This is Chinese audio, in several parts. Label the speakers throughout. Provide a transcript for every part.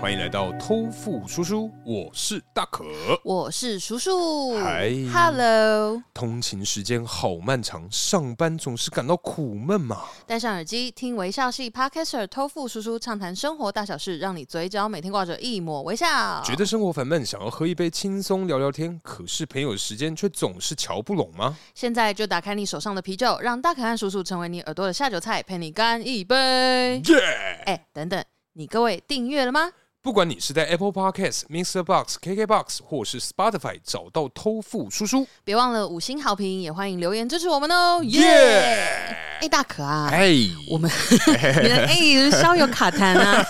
Speaker 1: 欢迎来到偷富叔叔，我是大可。
Speaker 2: 我是叔叔。
Speaker 1: 嗨
Speaker 2: Hello，
Speaker 1: 通勤时间好漫长，上班总是感到苦闷嘛。
Speaker 2: 戴上耳机听微笑系 Podcaster 偷富叔叔畅谈生活大小事，让你嘴角每天挂着一抹微笑。
Speaker 1: 觉得生活烦闷，想要喝一杯轻松聊聊天，可是朋友的时间却总是瞧不拢吗？
Speaker 2: 现在就打开你手上的啤酒，让大可汗叔叔成为你耳朵的下酒菜，陪你干一杯。
Speaker 1: 耶、
Speaker 2: 哎、等等，你各位订阅了吗？
Speaker 1: 不管你是在 Apple Podcast、Mr. Box、KK Box 或是 Spotify 找到偷富叔叔，
Speaker 2: 别忘了五星好评，也欢迎留言支持我们哦。耶、
Speaker 1: 耶！
Speaker 2: 哎、大可啊，
Speaker 1: 哎，
Speaker 2: 我们你的哎稍有卡痰 啊，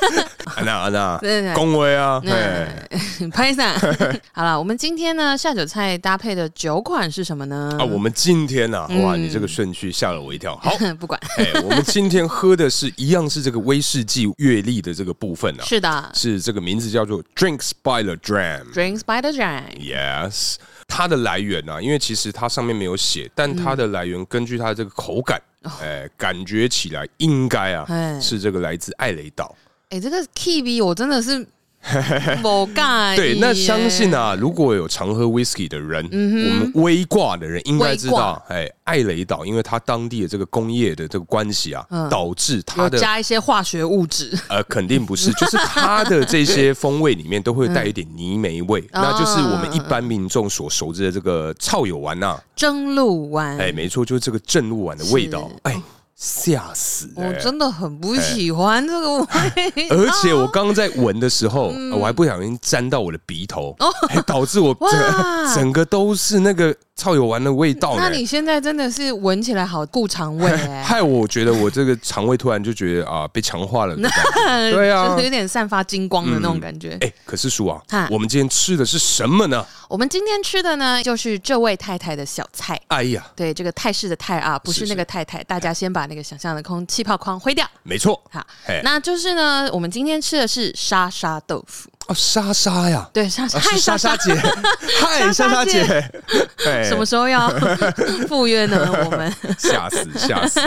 Speaker 1: 安娜安娜，
Speaker 2: 对嗯对对。
Speaker 1: 恭维啊！
Speaker 2: 那
Speaker 1: 哎，
Speaker 2: 拍散啊好了，我们今天呢下酒菜搭配的酒款是什么呢？
Speaker 1: 啊，我们今天呐、啊，哇，
Speaker 2: 嗯
Speaker 1: 你这个顺序吓了我一跳。好，
Speaker 2: 不管，
Speaker 1: 哎、我们今天喝的是一样是这个威士忌阅历的这个部分啊，
Speaker 2: 是的
Speaker 1: 是这个名字叫做 Drinks by the Dram。
Speaker 2: ，Drinks by the Dram，
Speaker 1: Yes，它的来源呢、啊，因为其实它上面没有写，但它的来源根据它的这个口感，哎、感觉起来应该啊
Speaker 2: 哎
Speaker 1: 是这个来自艾雷岛。
Speaker 2: 哎、这个 Kiwi 我真 的是某尬
Speaker 1: 对，那相信啊，如果有常喝 whisky 的人，我们微挂的人应该知道，哎，艾雷岛因为它当地的这个工业的这个关系啊，导致它
Speaker 2: 有
Speaker 1: 的
Speaker 2: 加一些化学 物质，
Speaker 1: 呃，肯定不是，就是它的这些风味里面都会
Speaker 2: 嗯
Speaker 1: 带一点泥煤味，那就是我们一般民众所熟知的这个臭友丸呐、
Speaker 2: 蒸鹿丸，
Speaker 1: 哎，没错，就是这个正露丸的味道，哎，吓死哎、
Speaker 2: 我真的很不喜欢这个 味道，
Speaker 1: 而且我刚刚在闻的时候，
Speaker 2: 嗯
Speaker 1: 呃我还不小心沾到我的鼻头，哎导致我整
Speaker 2: 哦哇
Speaker 1: 整个都是那个臭友丸的味道呢
Speaker 2: 那。你现在真的是闻起来好顾肠胃哎、
Speaker 1: 害我觉得我这个肠胃突然就觉得啊、被强化了的感觉。 对啊
Speaker 2: 就是有点散发金光的那种感觉。
Speaker 1: 哎、可是叔啊
Speaker 2: 哈，
Speaker 1: 我们今天吃的是什么呢？
Speaker 2: 我们今天吃的呢，就是这位太太的小菜。
Speaker 1: 哎呀，
Speaker 2: 对，这个泰式的泰啊，不是
Speaker 1: 是哎
Speaker 2: 那个太太，大家先把那个想象的空气泡框挥掉。
Speaker 1: 没错，
Speaker 2: 好
Speaker 1: 嘿，
Speaker 2: 那就是呢，我们今天吃的是沙沙豆腐。
Speaker 1: 哦，莎莎呀，
Speaker 2: 对，沙沙，
Speaker 1: 啊是
Speaker 2: 嗨，
Speaker 1: 莎莎
Speaker 2: 沙
Speaker 1: 姐，嗨，莎
Speaker 2: 莎
Speaker 1: 莎
Speaker 2: 莎
Speaker 1: 姐
Speaker 2: 姐，
Speaker 1: 哎
Speaker 2: 什么时候要赴约呢？我们
Speaker 1: 吓死吓死！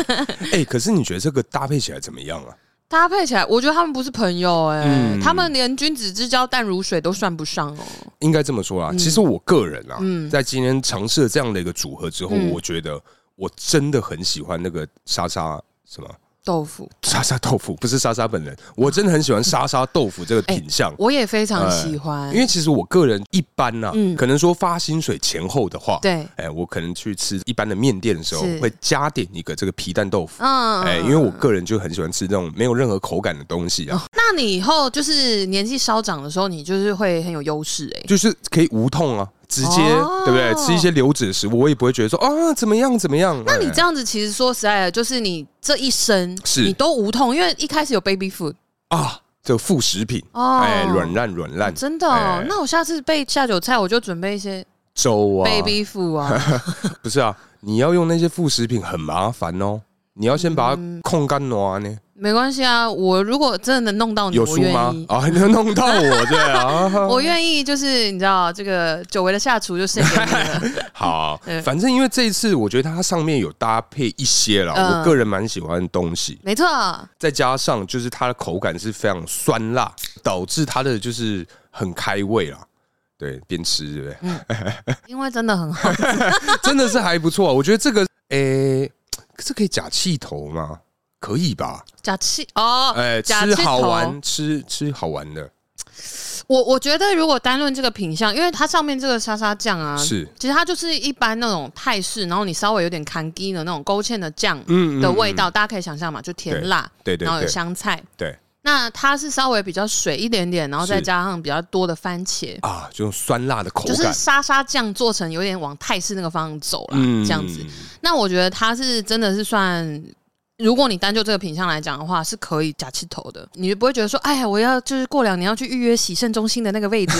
Speaker 1: 哎，可是你觉得这个搭配起来怎么样啊？
Speaker 2: 搭配起来，我觉得他们不是朋友哎、
Speaker 1: 嗯
Speaker 2: 他们连君子之交淡如水都算不上哦。
Speaker 1: 应该这么说啦，
Speaker 2: 嗯
Speaker 1: 其实我个人啊，在今天尝试了这样的一个组合之
Speaker 2: 嗯
Speaker 1: 后，我觉得我真的很喜欢那个莎莎什么
Speaker 2: 豆腐，
Speaker 1: 莎莎豆腐，不是莎莎本人，我真的很喜欢莎莎豆腐这个品相。
Speaker 2: 哎我也非常喜欢。
Speaker 1: 因为其实我个人一般呐、
Speaker 2: 嗯
Speaker 1: 可能说发薪水前后的话，
Speaker 2: 对
Speaker 1: 哎，我可能去吃一般的面店的时候，
Speaker 2: 是
Speaker 1: 会加点一个这个皮蛋豆腐，
Speaker 2: 嗯
Speaker 1: 哎、因为我个人就很喜欢吃那种没有任何口感的东西啊，
Speaker 2: 那你以后就是年纪稍长的时候，你就是会很有优势哎。
Speaker 1: 就是可以无痛啊，直接、
Speaker 2: 哦
Speaker 1: 对不对？吃一些流质的食物，我也不会觉得说啊怎么样怎么样。
Speaker 2: 那你
Speaker 1: 哎
Speaker 2: 这样子，其实说实在的，就是你这一生
Speaker 1: 是
Speaker 2: 你都无痛，因为一开始有 baby food
Speaker 1: 啊，这个副食品，
Speaker 2: 哦，
Speaker 1: 哎、软烂软烂
Speaker 2: 真的、哦
Speaker 1: 哎
Speaker 2: 那我下次备下酒菜，我就准备一些
Speaker 1: 粥啊
Speaker 2: baby food 啊，
Speaker 1: 不是啊，你要用那些副食品很麻烦哦，你要先把它
Speaker 2: 嗯
Speaker 1: 控干挪呢。
Speaker 2: 没关系啊。我如果真的能弄到你，
Speaker 1: 有
Speaker 2: 我
Speaker 1: 输
Speaker 2: 愿
Speaker 1: 吗
Speaker 2: 意？，
Speaker 1: 啊，你要弄到我对 啊。
Speaker 2: 我愿意，就是你知道这个久违的下厨就献给你 了。
Speaker 1: 好
Speaker 2: 嗯，
Speaker 1: 反正因为这一次，我觉得它上面有搭配一些啦，
Speaker 2: 嗯
Speaker 1: 我个人蛮喜欢的东西，
Speaker 2: 没错，
Speaker 1: 再加上就是它的口感是非常酸辣，导致它的就是很开胃啦。对，边吃对不 对？
Speaker 2: 因为真的很好，
Speaker 1: 真的是还不错啊、我觉得这个，诶、这可以假气头吗？可以吧？
Speaker 2: 假气哦，
Speaker 1: 哎、
Speaker 2: 假
Speaker 1: 吃
Speaker 2: 气
Speaker 1: 好
Speaker 2: 头
Speaker 1: 玩，吃吃好玩的，
Speaker 2: 我我觉得如果单论这个品相，因为它上面这个沙沙酱啊，
Speaker 1: 是
Speaker 2: 其实它就是一般那种泰式，然后你稍微有点看鸡的那种勾芡的酱
Speaker 1: 嗯
Speaker 2: 的味，道，大家可以想象嘛，就甜辣，
Speaker 1: 对对
Speaker 2: 然后有
Speaker 1: 对
Speaker 2: 香菜。
Speaker 1: 对
Speaker 2: 那它是稍微比较水一点点，然后再
Speaker 1: 是
Speaker 2: 加上比较多的番茄，
Speaker 1: 啊，这种酸辣的口
Speaker 2: 就是
Speaker 1: 感，
Speaker 2: 沙沙酱做成有点往泰式那个方向走啦，
Speaker 1: 嗯
Speaker 2: 这样子。那我觉得它是真的是算。如果你单就这个品相来讲的话，是可以假气头的，你就不会觉得说，哎呀，我要就是过两年要去预约洗肾中心的那个 位置，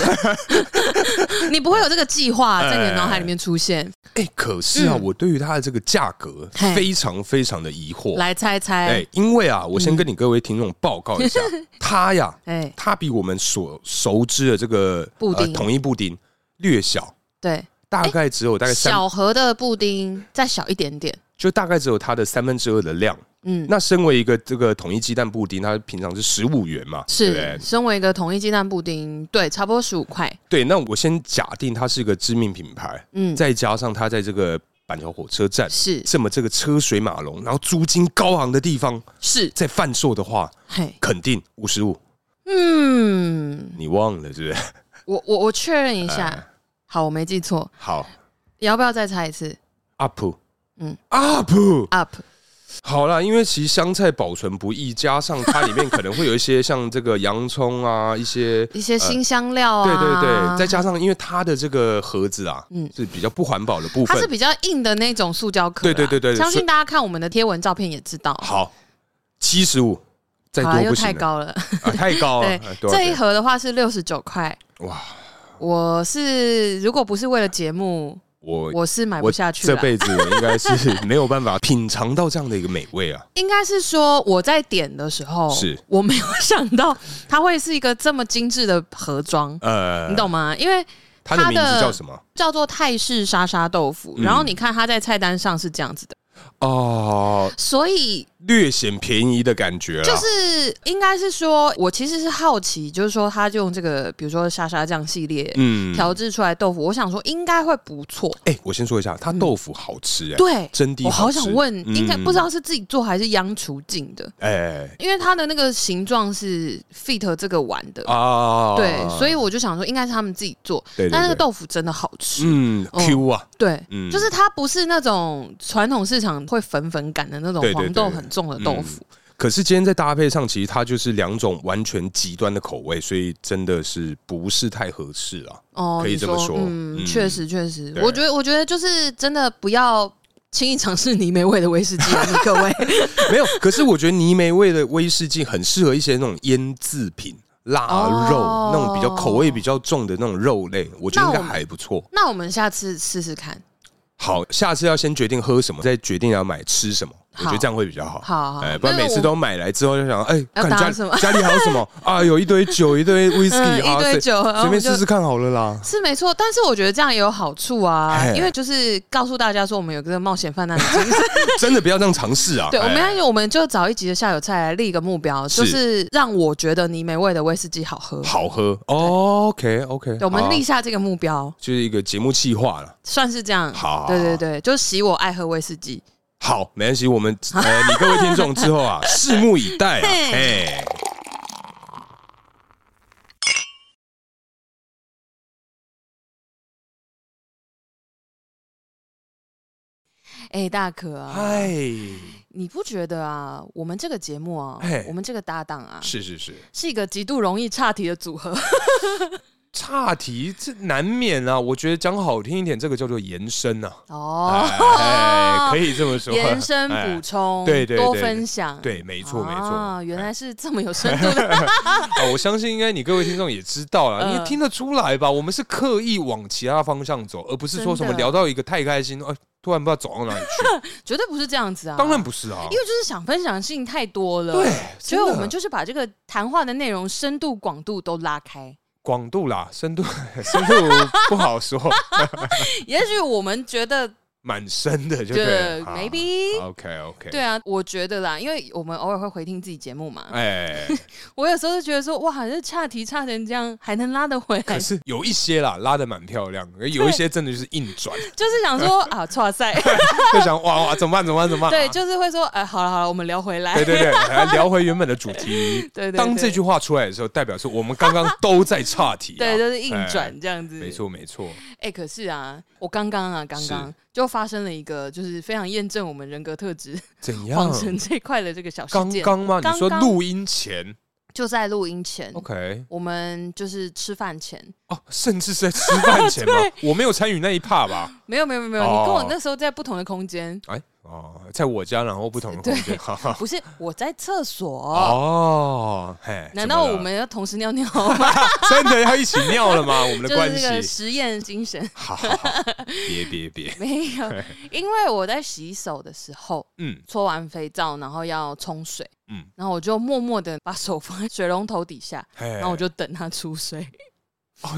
Speaker 2: 你不会有这个计划在你的脑海里面出现。
Speaker 1: 哎、可是啊，
Speaker 2: 嗯
Speaker 1: 我对于它的这个价格
Speaker 2: 嘿
Speaker 1: 非常非常的疑惑。
Speaker 2: 来嗯猜
Speaker 1: 哎、
Speaker 2: 猜，
Speaker 1: 因为啊，我先跟你各位听众报告 一下，它呀，
Speaker 2: 哎，
Speaker 1: 它比我们所熟知的这个呃
Speaker 2: 布丁
Speaker 1: 统一布丁略小，
Speaker 2: 对，
Speaker 1: 大概只有大概三，
Speaker 2: 小盒的布丁再小一点点，
Speaker 1: 就大概只有它的三分之二的量。嗯，那身为一个这个统一鸡蛋布丁，它平常是十五元嘛，对不
Speaker 2: 是
Speaker 1: 对，
Speaker 2: 身为一个统一鸡蛋布丁，对，差不多十五块，
Speaker 1: 对，那我先假定它是一个知名品牌，
Speaker 2: 嗯，
Speaker 1: 再加上它在这个板桥火车站
Speaker 2: 是
Speaker 1: 这么这个车水马龙，然后租金高昂的地方
Speaker 2: 是，
Speaker 1: 在贩售的话，
Speaker 2: 嘿，
Speaker 1: 肯定五十五。
Speaker 2: 嗯，
Speaker 1: 你忘了是不是？
Speaker 2: 我我我确认一
Speaker 1: 哎
Speaker 2: 下，好，我没记错，
Speaker 1: 好
Speaker 2: 要不要再猜一次
Speaker 1: ，up，
Speaker 2: 嗯
Speaker 1: 嗯，up，
Speaker 2: ？Up，
Speaker 1: 好啦，因为其实香菜保存不易，加上它里面可能会有一些像这个洋葱啊，一 些。
Speaker 2: 一些新香料
Speaker 1: 对呃对
Speaker 2: 啊，
Speaker 1: 对，再加上因为它的这个盒子啊，
Speaker 2: 嗯
Speaker 1: 是比较不环保的部
Speaker 2: 它是
Speaker 1: 分。
Speaker 2: 比较硬的那种塑胶壳啦，
Speaker 1: 对
Speaker 2: 啊
Speaker 1: 对对对对
Speaker 2: 相
Speaker 1: 所
Speaker 2: 信
Speaker 1: 以
Speaker 2: 大家看我们的贴文照片也知道。
Speaker 1: 好，七十五，再
Speaker 2: 好啦，
Speaker 1: 多
Speaker 2: 又
Speaker 1: 不行
Speaker 2: 太
Speaker 1: 了，
Speaker 2: 高了。
Speaker 1: 啊太高了
Speaker 2: 对。
Speaker 1: 哎多少
Speaker 2: 这一
Speaker 1: 钱？
Speaker 2: 盒的话是六十九块，
Speaker 1: 哇，
Speaker 2: 我是如果不是为了节目，
Speaker 1: 我
Speaker 2: 我是买不
Speaker 1: 我
Speaker 2: 下去
Speaker 1: 这
Speaker 2: 了。
Speaker 1: 辈子应该是没有办法品尝到这样的一个美味啊！
Speaker 2: 应该是说我在点的时候，
Speaker 1: 是
Speaker 2: 我没有想到它会是一个这么精致的盒装，
Speaker 1: 呃，
Speaker 2: 你懂吗？因为
Speaker 1: 它的
Speaker 2: 它
Speaker 1: 名字
Speaker 2: 的
Speaker 1: 叫什么？
Speaker 2: 叫做泰式沙沙豆腐，
Speaker 1: 嗯
Speaker 2: 然后你看它在菜单上是这样子的，
Speaker 1: 哦，
Speaker 2: 所以
Speaker 1: 略显便宜的感觉啦。
Speaker 2: 就是应该是说，我其实是好奇，就是说它就用这个，比如说沙沙酱系列
Speaker 1: 嗯
Speaker 2: 调制出来豆腐，我想说应该会不错，
Speaker 1: 哎、我先说一下，它豆腐好吃哎、
Speaker 2: 嗯对。
Speaker 1: 真的
Speaker 2: 我好
Speaker 1: 吃
Speaker 2: 想问，应该
Speaker 1: 嗯
Speaker 2: 不知道是自己做还是央厨进的，
Speaker 1: 哎、
Speaker 2: 因为它的那个形状是 fit 这个碗的，
Speaker 1: 啊，
Speaker 2: 对，所
Speaker 1: 以
Speaker 2: 以我就想说，应该是他们自己做，
Speaker 1: 对对
Speaker 2: 但那个
Speaker 1: 对
Speaker 2: 豆腐真的好吃，
Speaker 1: 嗯
Speaker 2: 哦
Speaker 1: ，Q 啊，
Speaker 2: 对，
Speaker 1: 嗯
Speaker 2: 就是它不是那种传统市场会粉粉感的那种
Speaker 1: 对对
Speaker 2: 黄豆
Speaker 1: 对嗯
Speaker 2: 很重的豆腐，
Speaker 1: 可是今天在搭配上，其实它就是两种完全极端的口味，所以真的是不是太合适 啊。
Speaker 2: 哦，
Speaker 1: 可以
Speaker 2: 你
Speaker 1: 这么
Speaker 2: 说
Speaker 1: 说
Speaker 2: 嗯，
Speaker 1: 嗯
Speaker 2: 确实确实，
Speaker 1: 对
Speaker 2: 我觉得我觉得就是真的不要轻易尝试泥煤味的威士忌啊，你各位，
Speaker 1: 没有，可是我觉得泥煤味的威士忌很适合一些那种腌制品、腊肉、
Speaker 2: 哦
Speaker 1: 那种比较口味比较重的那种肉类，我觉得应该还不错。
Speaker 2: 那我们下次试试看，
Speaker 1: 好，下次要先决定喝什么，再决定要买吃什么，我觉
Speaker 2: 好
Speaker 1: 得这样会比较好。
Speaker 2: 好好，
Speaker 1: 哎，
Speaker 2: 好
Speaker 1: 不然
Speaker 2: 那
Speaker 1: 每次
Speaker 2: 我
Speaker 1: 都买来之后就想，哎，
Speaker 2: 要
Speaker 1: 干
Speaker 2: 搭
Speaker 1: 家
Speaker 2: 什么
Speaker 1: 家里还有什么啊？有一堆酒，一 堆
Speaker 2: 嗯
Speaker 1: whisky
Speaker 2: 一
Speaker 1: 啊，
Speaker 2: 堆
Speaker 1: 随
Speaker 2: 酒，然后
Speaker 1: 随
Speaker 2: 我们
Speaker 1: 便
Speaker 2: 就
Speaker 1: 试试看好了啦。
Speaker 2: 是没错，但是我觉得这样也有好处啊，
Speaker 1: 嘿
Speaker 2: 因为就是告诉大家说我们有这个冒险犯难的 精神，
Speaker 1: 真的不要这样尝试啊！
Speaker 2: 对，我
Speaker 1: 哎
Speaker 2: 们要我们就找一集的下酒菜来立一个目标，
Speaker 1: 是
Speaker 2: 就是让我觉得泥煤味的威士忌好喝。
Speaker 1: 好喝。哦 OK OK，
Speaker 2: 对我们立
Speaker 1: 立
Speaker 2: 下这个目标，
Speaker 1: 就是一个节目计划了。
Speaker 2: 算是这样。
Speaker 1: 好
Speaker 2: 对对对，就洗我爱喝威士忌。
Speaker 1: 好，没关系，我们呃，你各位听众之后 啊，拭目以待啊！
Speaker 2: 嘿
Speaker 1: 哎，
Speaker 2: 哎，大可啊，
Speaker 1: 嗨，
Speaker 2: 你不觉得啊，我们这个节目啊
Speaker 1: 嘿，
Speaker 2: 我们这个搭档啊，
Speaker 1: 是是是，
Speaker 2: 是一个极度容易岔题的组合。
Speaker 1: 岔题这难免啊。我觉得讲好听一点，这个叫做延伸啊。
Speaker 2: 哦，
Speaker 1: 哎，可以这么说，
Speaker 2: 延伸
Speaker 1: 哎
Speaker 2: 补充，
Speaker 1: 对对对
Speaker 2: 多
Speaker 1: 对
Speaker 2: 分享，
Speaker 1: 对，没错没
Speaker 2: 啊
Speaker 1: 错。
Speaker 2: 原来是这么有深度的。
Speaker 1: 啊，我相信应该你各位听众也知道了，
Speaker 2: 嗯
Speaker 1: 你也听得出来吧？我们是刻意往其他方向走，而不是说什么
Speaker 2: 真的
Speaker 1: 聊到一个太开心，哎，突然不知道走到哪里去。
Speaker 2: 绝对不是这样子啊！
Speaker 1: 当然，不是啊
Speaker 2: 因，为就是想分享的事情太多了，
Speaker 1: 对，，
Speaker 2: 所以我
Speaker 1: 真的
Speaker 2: 们就是把这个谈话的内容深度、广度都拉开。
Speaker 1: 广度啦，深度 深度不好说，
Speaker 2: 也许我们觉得
Speaker 1: 蛮深的就
Speaker 2: 觉
Speaker 1: 对
Speaker 2: 得
Speaker 1: 了。
Speaker 2: maybe。
Speaker 1: OK OK，
Speaker 2: 对啊，我觉得啦，因为我们偶尔会回听自己节目嘛，
Speaker 1: 哎，
Speaker 2: 我有时候就觉得说，哇，这岔题岔成这样，还能拉得回来
Speaker 1: 可，是有一些啦，拉的蛮漂亮，有一些真的就是硬转，
Speaker 2: 就是想说啊，错赛，
Speaker 1: 就想哇哇怎么办怎么办怎么办？
Speaker 2: 对，就是会说，哎、好了好了，我们聊回来，
Speaker 1: 对对对，还聊回原本的主题。
Speaker 2: 对对对，
Speaker 1: 当这句话出来的时候，代表说我们刚刚都在岔题、啊。
Speaker 2: 对就是硬
Speaker 1: 哎
Speaker 2: 转这样子，
Speaker 1: 没错没错。
Speaker 2: 哎、可是啊，我刚刚啊，刚刚就发生了一个，就是非常验证我们人格特质
Speaker 1: 怎
Speaker 2: 黄
Speaker 1: 样？
Speaker 2: 神这一块的这个小事
Speaker 1: 刚
Speaker 2: 件。
Speaker 1: 刚吗？
Speaker 2: 刚
Speaker 1: 你说
Speaker 2: 刚
Speaker 1: 录音前
Speaker 2: 就在录音前
Speaker 1: ？OK。
Speaker 2: 我们就是吃饭前，
Speaker 1: 哦，甚至是在吃饭 前吗？我没有参与那一趴吧？
Speaker 2: 没有没有没有，
Speaker 1: 哦
Speaker 2: 你跟我那时候在不同的空间，
Speaker 1: 哎，哦，在我家，然后不同的空间。哈哈
Speaker 2: 不是我在厕所。
Speaker 1: 哦，嘿，
Speaker 2: 哦难
Speaker 1: 怎
Speaker 2: 道
Speaker 1: 么了
Speaker 2: 我们要同时尿尿吗？
Speaker 1: 真的要一起尿了 吗？我们 的
Speaker 2: 就是
Speaker 1: 关
Speaker 2: 这个
Speaker 1: 系？
Speaker 2: 实验精神
Speaker 1: 好好好，别别别，
Speaker 2: 没 有，因为我在洗手的时候
Speaker 1: 嗯
Speaker 2: 搓完肥皂，然后要冲水，
Speaker 1: 嗯，
Speaker 2: 然后我就默默的把手放在水龙头底下，
Speaker 1: 然
Speaker 2: 然后我就等它出水。
Speaker 1: 哦，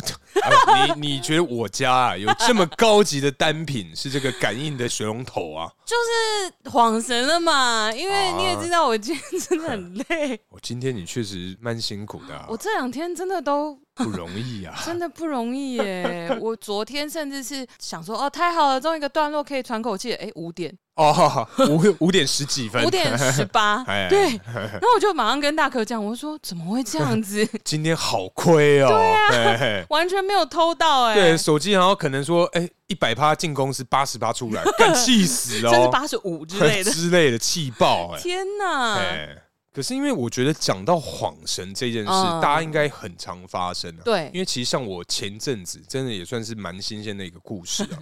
Speaker 1: 哎呦你你觉得我家啊有这么高级的单品是这个感应的水龙头啊？
Speaker 2: 就是恍神了嘛，因为你也知道我今天真的很累，
Speaker 1: 我哦今天你确实蛮辛苦 的、啊，
Speaker 2: 我 这两天真的都
Speaker 1: 不容易啊。
Speaker 2: 真的不容易耶。 我昨天甚至是想说，哦，太好了，终于一个段落可以喘口气了。哎，五点，
Speaker 1: 哦，五五点十几分，
Speaker 2: 五点十八
Speaker 1: 哎，
Speaker 2: 对。然后我就马上跟大可讲，我说怎么会这样子？
Speaker 1: 今天好亏哦。
Speaker 2: 啊
Speaker 1: 对
Speaker 2: 完全没有偷到哎、
Speaker 1: 对，手机然后可能说，哎、一百趴进攻是八十趴出 来，干气死哦，
Speaker 2: 甚至八十五 之类的。
Speaker 1: 之类的气爆哎、
Speaker 2: 天哪！
Speaker 1: 哎、可是因为我觉得讲到恍神这件事，
Speaker 2: 嗯
Speaker 1: 大家应该很常发生啊。
Speaker 2: 对
Speaker 1: 因为其实像我前阵子真的也算是蛮新鲜的一个故事 啊。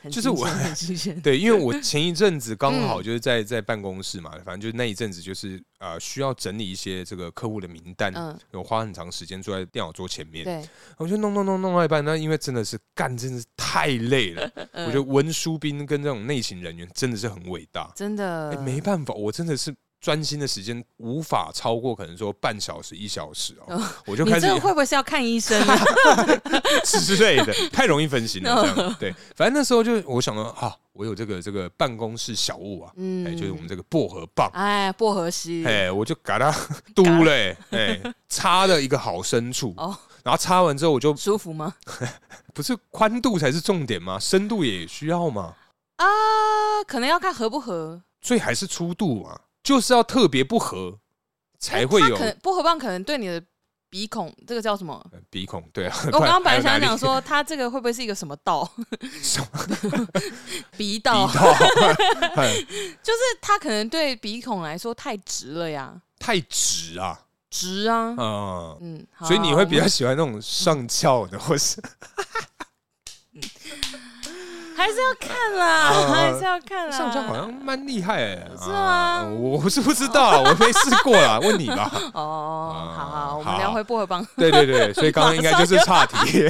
Speaker 2: 很
Speaker 1: 就是
Speaker 2: 新
Speaker 1: 我
Speaker 2: 鲜很新 鲜。
Speaker 1: 对，因为我前一阵子刚
Speaker 2: 嗯
Speaker 1: 好就是在在办公室嘛，反正就那一阵子就是呃需要整理一些这个客户的名单，
Speaker 2: 嗯
Speaker 1: 我花很长时间坐在电脑桌前面，
Speaker 2: 对，
Speaker 1: 我就弄弄弄弄到一半，那因为真的是干，真的是太累 了。
Speaker 2: 嗯
Speaker 1: 我觉得文书兵跟这种内勤人员真的是很伟大。
Speaker 2: 真的、
Speaker 1: 哎，没办法，我真的是专心的时间无法超过可能说半小时、一小时哦，我就
Speaker 2: 你
Speaker 1: 开
Speaker 2: 这
Speaker 1: 始
Speaker 2: 个会不会是要看医生啊？
Speaker 1: 哎之类的，太容易分心
Speaker 2: 哦
Speaker 1: 了。这样对，反正那时候就我想到啊，我有这个这个办公室小物啊，
Speaker 2: 嗯
Speaker 1: 哎，就是我们这个薄荷棒。
Speaker 2: 哎，薄荷西，
Speaker 1: 哎，我就嘎它 嘟嘞，哎，插了一个好深处，
Speaker 2: 哦
Speaker 1: 然后插完之后我就
Speaker 2: 舒服吗？
Speaker 1: 不是宽度才是重点吗？深度也需要吗？
Speaker 2: 啊，可能要看合不合，
Speaker 1: 所以还是粗度嘛，就是要特别不合才会
Speaker 2: 哎它
Speaker 1: 有
Speaker 2: 可能薄荷棒可能对你的鼻孔这个叫 什么？
Speaker 1: 呃鼻孔。对 啊，
Speaker 2: 我刚刚
Speaker 1: 不
Speaker 2: 本
Speaker 1: 然
Speaker 2: 来想
Speaker 1: 还有哪
Speaker 2: 讲
Speaker 1: 里
Speaker 2: 说， 它这个会不会是一个什么 道？
Speaker 1: 什么
Speaker 2: 鼻
Speaker 1: 鼻
Speaker 2: 道，
Speaker 1: 道 哎
Speaker 2: 就是它可能对鼻孔来说太直了呀，
Speaker 1: 太直啊，
Speaker 2: 直啊，
Speaker 1: 嗯，
Speaker 2: 嗯，好
Speaker 1: 所以你会比
Speaker 2: 我
Speaker 1: 较喜欢那种上翘的，或是
Speaker 2: 们还是要看 啦，
Speaker 1: 啊
Speaker 2: 还是要看啦，
Speaker 1: 上翘好像蛮厉害哎，
Speaker 2: 是吗
Speaker 1: 啊我我是不知道啊，我没试过啦，问你吧。
Speaker 2: 哦，
Speaker 1: 啊
Speaker 2: 好好，我
Speaker 1: 好
Speaker 2: 们聊回薄荷棒，
Speaker 1: 对对对，所以刚刚应该就是岔题。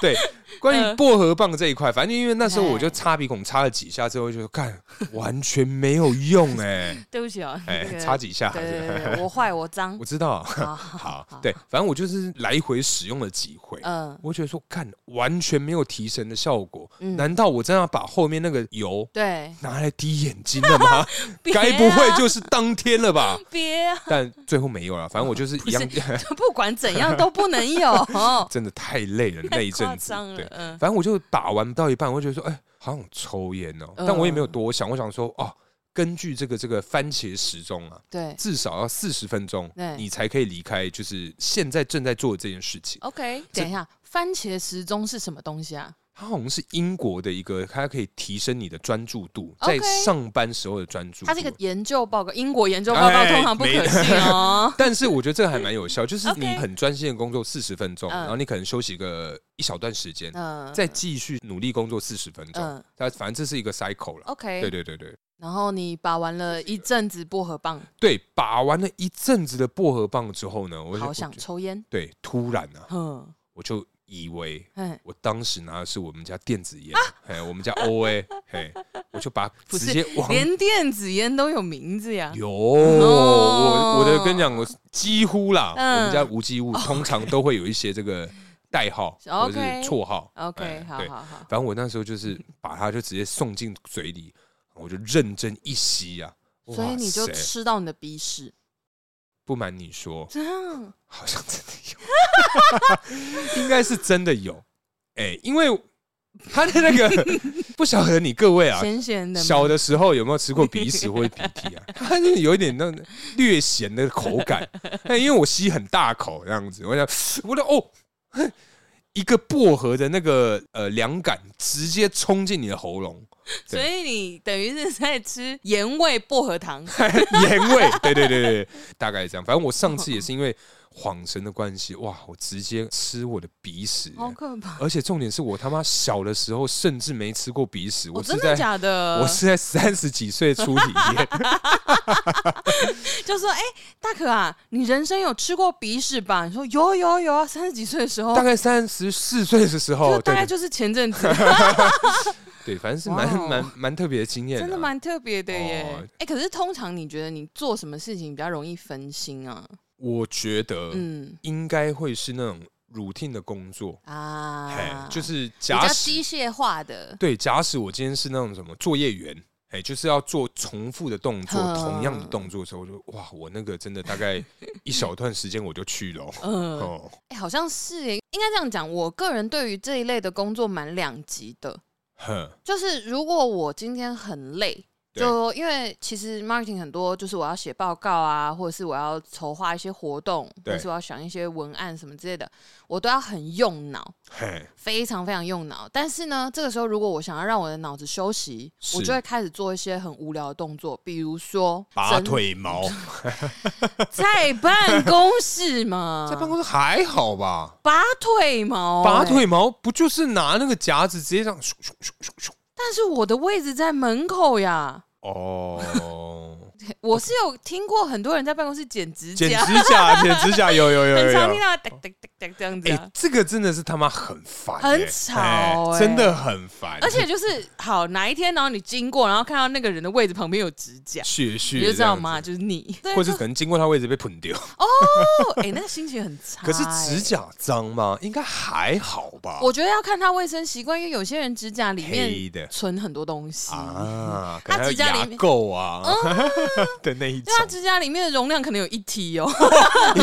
Speaker 1: 对，关于
Speaker 2: 嗯哎
Speaker 1: 薄荷棒这一块，反正因为那时候我就擦鼻孔擦了几下之后，就说干完全没有 用哎、
Speaker 2: 对不起哦，
Speaker 1: 哎、
Speaker 2: 那个
Speaker 1: 擦几下，
Speaker 2: 对对对 对，我坏我脏
Speaker 1: 我，知道。
Speaker 2: 好
Speaker 1: 好，对，反正我就是来回使用了几回，
Speaker 2: 嗯，
Speaker 1: 我觉得说干完全没有提神的效果，
Speaker 2: 嗯
Speaker 1: 难道我真的要把后面那个油
Speaker 2: 对，
Speaker 1: 拿来滴眼睛了吗？
Speaker 2: 别啊
Speaker 1: 该不会就是当天了吧？
Speaker 2: 别啊，
Speaker 1: 但最后没有了，反正我就是一样，
Speaker 2: 不管怎样都不能有， 哦
Speaker 1: 真的太累了那一阵
Speaker 2: 夸
Speaker 1: 子
Speaker 2: 张，了
Speaker 1: 对，，
Speaker 2: 嗯，
Speaker 1: 反正我就打完到一半，我就觉得说，哎、好想抽烟哦、
Speaker 2: 嗯
Speaker 1: 但我也没有多想，我想说，哦，根据这个这个番茄时钟啊，
Speaker 2: 对
Speaker 1: 至少要四十分钟
Speaker 2: 对，
Speaker 1: 你才可以离开，就是现在正在做的这件事情。
Speaker 2: ，OK，
Speaker 1: 这
Speaker 2: 等一下，番茄时钟是什么东西啊？
Speaker 1: 它好像是英国的一个，它可以提升你的专注度，在
Speaker 2: OK
Speaker 1: 上班时候的专注度。
Speaker 2: 它是一个研究报告，英国研究报告
Speaker 1: 哎
Speaker 2: 通常不可信 哦。
Speaker 1: 但是我觉得这个还蛮有效，就是你
Speaker 2: 嗯 OK
Speaker 1: 很专心的工作四十分钟，
Speaker 2: 嗯
Speaker 1: 然后你可能休息个一小段时间，
Speaker 2: 嗯，
Speaker 1: 再继续努力工作四十分钟
Speaker 2: 嗯。哦
Speaker 1: 它反正这是一个 cycle 了。
Speaker 2: OK，
Speaker 1: 对对对对。
Speaker 2: 然后你把玩了一阵子薄荷棒，
Speaker 1: 对，把玩了一阵子的薄荷棒之后呢，我就
Speaker 2: 好想
Speaker 1: 我就
Speaker 2: 抽烟，
Speaker 1: 对，突然啊，
Speaker 2: 哼，
Speaker 1: 我就以为
Speaker 2: 哎，
Speaker 1: 我当时拿的是我们家电子烟，哎、我们家 OA，哎，我就把
Speaker 2: 啊不
Speaker 1: 直
Speaker 2: 是
Speaker 1: 接往
Speaker 2: 连电子烟都有名字呀。
Speaker 1: 有我我的跟你讲，我几乎啦，
Speaker 2: 哦嗯
Speaker 1: 我们家无机物通常都会有一些这个代号或者是
Speaker 2: OK
Speaker 1: 绰号
Speaker 2: OK，
Speaker 1: 哎
Speaker 2: 好
Speaker 1: 对，
Speaker 2: 好好，
Speaker 1: 反正我那时候就是把它就直接送进嘴里，我就认真一吸啊，
Speaker 2: 所以
Speaker 1: 哇
Speaker 2: 你就
Speaker 1: 塞
Speaker 2: 吃到你的鼻屎，
Speaker 1: 不瞒你说，
Speaker 2: 这样
Speaker 1: 好像真的有，应 该是真的有。哎、因为他的那个 不晓得你各位啊，
Speaker 2: 咸咸的吗，
Speaker 1: 小的时候有没有吃过鼻屎或者鼻涕啊？ 它就有一点那种略咸的口感。 那因为我吸很大口这样子，我想，我的哦。 一个薄荷的那个呃凉感直接冲进你的喉咙， 对
Speaker 2: 所以你等于是在吃盐味薄 荷糖。
Speaker 1: 盐味， 对对对对，大概是这样。反正我上次也是因为恍神的关系，哇，我直接吃我的鼻屎，
Speaker 2: 好可怕！
Speaker 1: 而且重点是我他妈小的时候甚至没吃过鼻屎，
Speaker 2: 我
Speaker 1: 我是
Speaker 2: 哦真的
Speaker 1: 在
Speaker 2: 假的？
Speaker 1: 我是在三十几岁初体 验，
Speaker 2: 就说，哎、大可啊，你人生有吃过鼻屎吧？你说有有有啊，三十几岁的时候，
Speaker 1: 大概三十四岁的时
Speaker 2: 就
Speaker 1: 候，
Speaker 2: 大
Speaker 1: 对
Speaker 2: 概
Speaker 1: 对啊
Speaker 2: 就是前阵子，
Speaker 1: 对，反正是蛮
Speaker 2: 哇哦
Speaker 1: 蛮蛮特别的经验啊，
Speaker 2: 真的蛮特别的耶。哎、
Speaker 1: 哦
Speaker 2: 可是通常你觉得你做什么事情比较容易分心啊？
Speaker 1: 我觉得
Speaker 2: 嗯，
Speaker 1: 应该会是那种 routine 的工作，嘿
Speaker 3: 啊，
Speaker 1: 就是
Speaker 3: 比较
Speaker 1: 假使
Speaker 3: 机械化的，
Speaker 1: 对，假使我今天是那种什么作业员，哎、就是要做重复的动作，
Speaker 3: 嗯
Speaker 1: 同样的动作的时候，我就哇，我那个真的大概一小段时间我就去 了哦。
Speaker 3: 嗯，
Speaker 1: 哦，
Speaker 2: 哎、好像是耶，应该这样讲。我个人对于这一类的工作蛮两极的，
Speaker 1: 哼，
Speaker 2: 就是如果我今天很累，
Speaker 1: 对
Speaker 2: 就因为其实 marketing 很多，就是我要写报告啊，或者是我要筹划一些活动，或
Speaker 1: 对
Speaker 2: 者是我要想一些文案什么之类的，我都要很用脑，
Speaker 1: 嘿，
Speaker 2: 非常非常用脑。但是呢，这个时候如果我想要让我的脑子休息，
Speaker 1: 是
Speaker 2: 我就会开始做一些很无聊的动作，比如说
Speaker 1: 拔
Speaker 2: 整
Speaker 1: 腿毛，
Speaker 2: 在办公室嘛，
Speaker 1: 在办公室还好吧？
Speaker 2: 拔腿 毛、
Speaker 1: 拔
Speaker 2: 哎
Speaker 1: 腿毛不就是拿那个夹子直接这样咻咻咻咻咻？
Speaker 2: 但是我的位置在门口呀，
Speaker 1: 哦，
Speaker 2: 我是有听过很多人在办公室 剪指
Speaker 1: 剪
Speaker 2: 甲，
Speaker 1: 指甲，剪指甲，有有有有
Speaker 2: 很常
Speaker 1: 有
Speaker 2: 听。到哒哒哒哒这样子
Speaker 1: 哎、
Speaker 2: 啊。
Speaker 1: 这个真的是他妈很烦欸、
Speaker 2: 很吵
Speaker 1: 哎
Speaker 2: 欸
Speaker 1: 真的很烦，
Speaker 2: 而且就是好哪一天，然后你经过，然后看到那个人的位置旁边有指甲，
Speaker 1: 血血
Speaker 2: 你就知道
Speaker 1: 这样
Speaker 2: 吗？就是你，
Speaker 1: 子，
Speaker 2: 对
Speaker 1: 或是可能经过他位置被喷掉。
Speaker 2: 哦，哎、那个心情很差、
Speaker 1: 可是指
Speaker 2: 哎
Speaker 1: 甲脏吗？应该还好吧。
Speaker 2: 我觉得要看他卫生习惯，因为有些人指甲里
Speaker 1: 黑
Speaker 2: 面
Speaker 1: 的
Speaker 2: 存很多东西，
Speaker 1: 啊，可能还有
Speaker 2: 指甲里
Speaker 1: 牙
Speaker 2: 面嗯
Speaker 1: 垢啊 的那一
Speaker 2: 对啊
Speaker 1: 种
Speaker 2: 他指甲里面的容量可能有一 T 哦，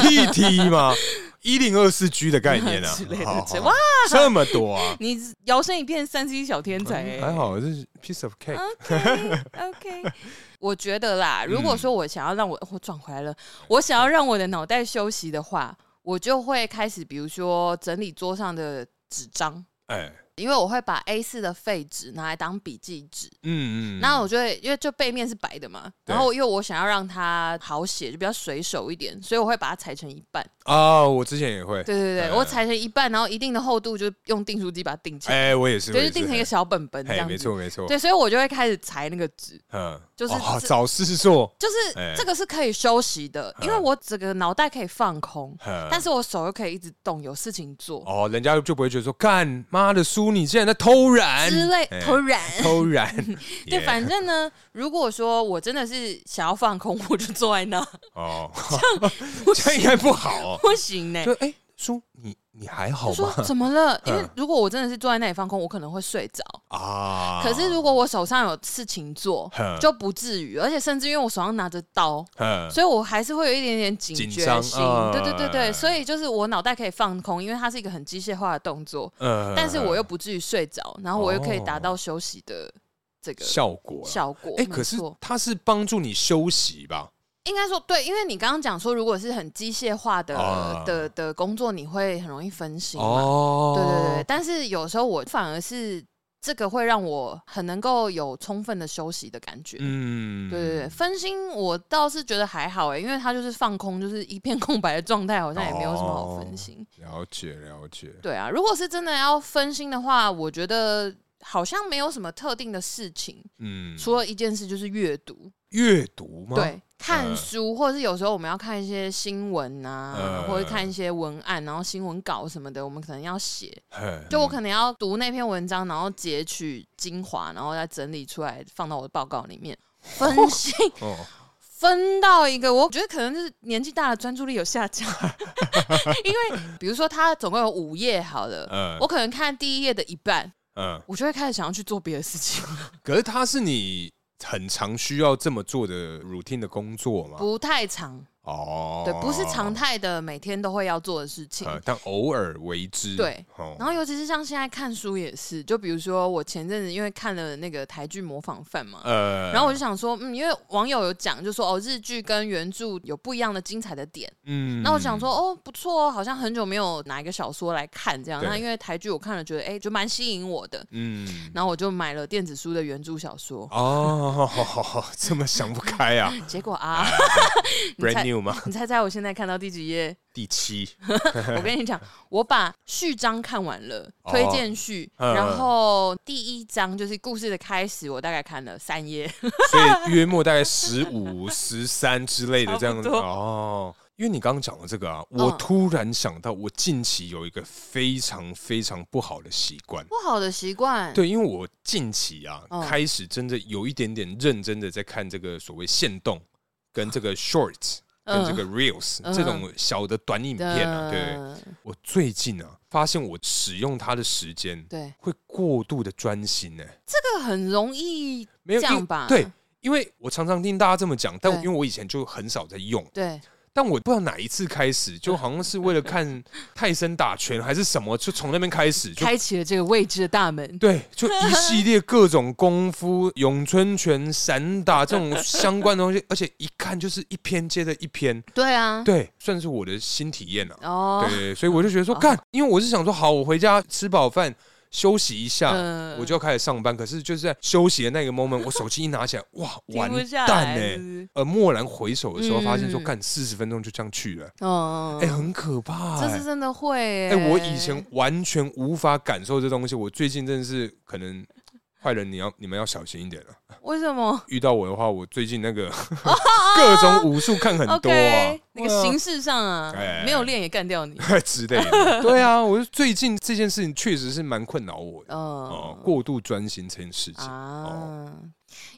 Speaker 1: 一 T 嘛，一零二四 G 的概念啊
Speaker 2: 之类，的
Speaker 1: 好好
Speaker 2: 哇
Speaker 1: 这么多啊，
Speaker 2: 你摇身一变三 C 小天才、哎
Speaker 1: 还。好这是 piece of cake，
Speaker 2: 啊 OK OK，我 觉得啦，
Speaker 1: 嗯
Speaker 2: 如果说我想要让我哦我转回来了，我想要让我的脑袋休息的话，我就会开始，比如说整理桌上的纸张，
Speaker 1: 哎，
Speaker 2: 因为我会把 A 四的废纸拿来当笔记纸。
Speaker 1: 嗯嗯，
Speaker 2: 那我就会，因为就背面是白的嘛，
Speaker 1: 对
Speaker 2: 然后因为我想要让它好写，就比较随手一点，所以我会把它裁成一半。
Speaker 1: 啊，我之前也会，
Speaker 2: 对对 对，
Speaker 1: 嗯
Speaker 2: 我裁成一半，然后一定的厚度就用订书机把它订起来，
Speaker 1: 哎，我也是，我
Speaker 2: 对，就
Speaker 1: 也
Speaker 2: 订成一个小本本这
Speaker 1: 哎，
Speaker 2: 样
Speaker 1: 没
Speaker 2: 子。
Speaker 1: 错没错，
Speaker 2: 对，所以我就会开始裁那个纸。
Speaker 1: 嗯，
Speaker 2: 就是
Speaker 1: 哦
Speaker 2: 这
Speaker 1: 找事做，
Speaker 2: 就是
Speaker 1: 哎
Speaker 2: 这个是可以休息的，因为
Speaker 1: 嗯
Speaker 2: 我整个脑袋可以放空，但
Speaker 1: 但
Speaker 2: 是我手又可以一直动，有事情做
Speaker 1: 哦，人家就不会觉得说，干妈的书你竟然在偷懒
Speaker 2: 之类。
Speaker 1: 哎
Speaker 2: 突 然，
Speaker 1: 偷懒，
Speaker 2: 对，
Speaker 1: Yeah
Speaker 2: 反正呢，如果说我真的是想要放空，我就坐在 那，
Speaker 1: 哦，
Speaker 2: 不
Speaker 1: 这样应
Speaker 2: 行
Speaker 1: 该不好、哦。
Speaker 2: 不行呢
Speaker 1: 就。哎、叔，你你还好
Speaker 2: 我说
Speaker 1: 吗？
Speaker 2: 怎么了？因
Speaker 1: 嗯
Speaker 2: 为如果我真的是坐在那里放空，我可能会睡着。
Speaker 1: 啊，嗯
Speaker 2: 可是如果我手上有事情做，
Speaker 1: 哼
Speaker 2: 就不至于。而且甚至因为我手上拿着刀，
Speaker 1: 哼
Speaker 2: 所以我还是会有一点点警
Speaker 1: 嗯紧
Speaker 2: 觉
Speaker 1: 张
Speaker 2: 性。
Speaker 1: 啊
Speaker 2: 对对对对，所以就是我脑袋可以放空，因为它是一个很机械化的动作。
Speaker 1: 呃
Speaker 2: 但是我又不至于睡着，然后我又可以达到休息的这个
Speaker 1: 哦效果啦
Speaker 2: 效果。
Speaker 1: 哎、
Speaker 2: 没
Speaker 1: 可是
Speaker 2: 错
Speaker 1: 它是帮助你休息吧？
Speaker 2: 应该说对，因为你刚刚讲说，如果是很机械化的、
Speaker 1: 啊
Speaker 2: 的的工作，你会很容易分心嘛。
Speaker 1: 哦，
Speaker 2: 对对对，但是有时候我反而是这个会让我很能够有充分的休息的感觉。
Speaker 1: 嗯，
Speaker 2: 对对对，分心我倒是觉得还好哎、因为它就是放空，就是一片 空白的状态，好像也没有什么好
Speaker 1: 哦
Speaker 2: 分心。
Speaker 1: 了解了解。
Speaker 2: 对啊，如果是真的要分心的话，我觉得好像没有什么特定的事情，
Speaker 1: 嗯，
Speaker 2: 除了一件事就是阅读，
Speaker 1: 阅读吗？
Speaker 2: 对，看
Speaker 1: 呃
Speaker 2: 书，或者是有时候我们要看一些新闻啊，
Speaker 1: 呃
Speaker 2: 或者看一些文案，然后新闻稿什么的，我们可能要写，
Speaker 1: 嘿，
Speaker 2: 就我可能要读那篇文章，然后截取精华，然后再整理出来放到我的报告里面。分 心
Speaker 1: 哦，
Speaker 2: 分到一个，我觉得可能就是年纪大了，专注力有 下降，因为比如说它总共有五页好了，
Speaker 1: 呃
Speaker 2: 我可能看第一页的一半，
Speaker 1: 嗯，
Speaker 2: 我就会开始想要去做别的 事情，
Speaker 1: 可是它是你很常需要这么做的 routine 的工作嘛？
Speaker 2: 不太长，
Speaker 1: 哦，
Speaker 2: 对，不是常态的每天都会要做的事情。
Speaker 1: 呃，但偶尔为之。
Speaker 2: 对
Speaker 1: 哦，
Speaker 2: 然后尤其是像现在看书也是，就比如说我前阵子因为看了那个台剧《模仿犯》嘛。
Speaker 1: 呃，
Speaker 2: 然后我就想说，嗯，因为网友有讲，就说哦，日剧跟原著有不一样的精彩的点。
Speaker 1: 嗯
Speaker 2: 那我想说，哦，不错哦，好像很久没有拿一个小说来看这样。
Speaker 1: 对
Speaker 2: 那因为台剧我看了，觉得哎，就蛮吸引我的。
Speaker 1: 嗯，
Speaker 2: 然后我就买了电子书的原著小说，
Speaker 1: 哦， 这么想不开 啊
Speaker 2: 结果啊，你猜
Speaker 1: ，brand new 吗？
Speaker 2: 你猜猜我现在看到第几页？
Speaker 1: 第七，
Speaker 2: 我跟你讲，我把序章看完了，
Speaker 1: 哦
Speaker 2: 推荐序，
Speaker 1: 嗯
Speaker 2: 然后第一章就是故事的开始，我大概看了三 页。
Speaker 1: 所以约莫大概十五、十三之类的这样子
Speaker 2: 差不多嗯
Speaker 1: 哦。因为你刚刚讲的这个啊，我突然想到，我近期有一个非常非常不好的习惯。
Speaker 2: 不好的习惯，
Speaker 1: 对，因为我近期啊，
Speaker 2: 嗯
Speaker 1: 开 始真的有一点点认真的在看这个所谓限动跟这个 shorts，跟这
Speaker 2: 嗯
Speaker 1: 个 reels、
Speaker 2: 嗯
Speaker 1: 这种小的短影片啊，对我最近啊发现我使用它的时间
Speaker 2: 对，
Speaker 1: 会过度的专心呢、
Speaker 2: 这个很容易
Speaker 1: 没有
Speaker 2: 这
Speaker 1: 因
Speaker 2: 样吧
Speaker 1: 对，因为我常常听大家这么讲，但
Speaker 2: 对
Speaker 1: 因为我以前就很少在用，
Speaker 2: 对
Speaker 1: 但我不知道哪一次开始， 就好像是为了看泰森打拳还是什么，就从那边开始就。
Speaker 2: 开启了这个未知的大门。
Speaker 1: 对，就一系列各种功夫、咏春拳、散 打这种相关的东西，而且一看就是一篇接着一篇，
Speaker 4: 对啊，
Speaker 1: 对，算是我的新体验了、啊。
Speaker 2: 嗯哦，
Speaker 1: 对，所以我就觉得说，干，因为我是想说，好，我回家吃饱饭休息一下，
Speaker 2: 嗯
Speaker 1: 我就要开始上班。可是就是在休息的那个 moment，我手机一拿起来，哇，
Speaker 2: 停
Speaker 1: 完
Speaker 2: 不下
Speaker 1: 蛋欸
Speaker 2: 来
Speaker 1: 呢、
Speaker 2: 是不是
Speaker 1: 呃，蓦然回首的时候，发现说，
Speaker 4: 嗯
Speaker 1: 干四十分钟就这样去了，
Speaker 2: 嗯，
Speaker 1: 哎、很可怕、
Speaker 2: 这是
Speaker 1: 哎，
Speaker 2: 真的会哎、
Speaker 1: 哎、我以前完全无法感受这东西，我最近真的是可能坏人，你要你们要小心一点了。
Speaker 2: 为什么
Speaker 1: 遇到我的话，我最近那个 各种武术看很多啊
Speaker 2: 哦 OK，，那个
Speaker 1: 对啊
Speaker 2: 形式上啊，
Speaker 1: 哎
Speaker 2: 没有练也干掉你。
Speaker 1: 之类的。对啊，我就最近这件事情确实是蛮困扰我的哦、
Speaker 2: 哦、
Speaker 1: 过度专心这件事情。
Speaker 2: 啊，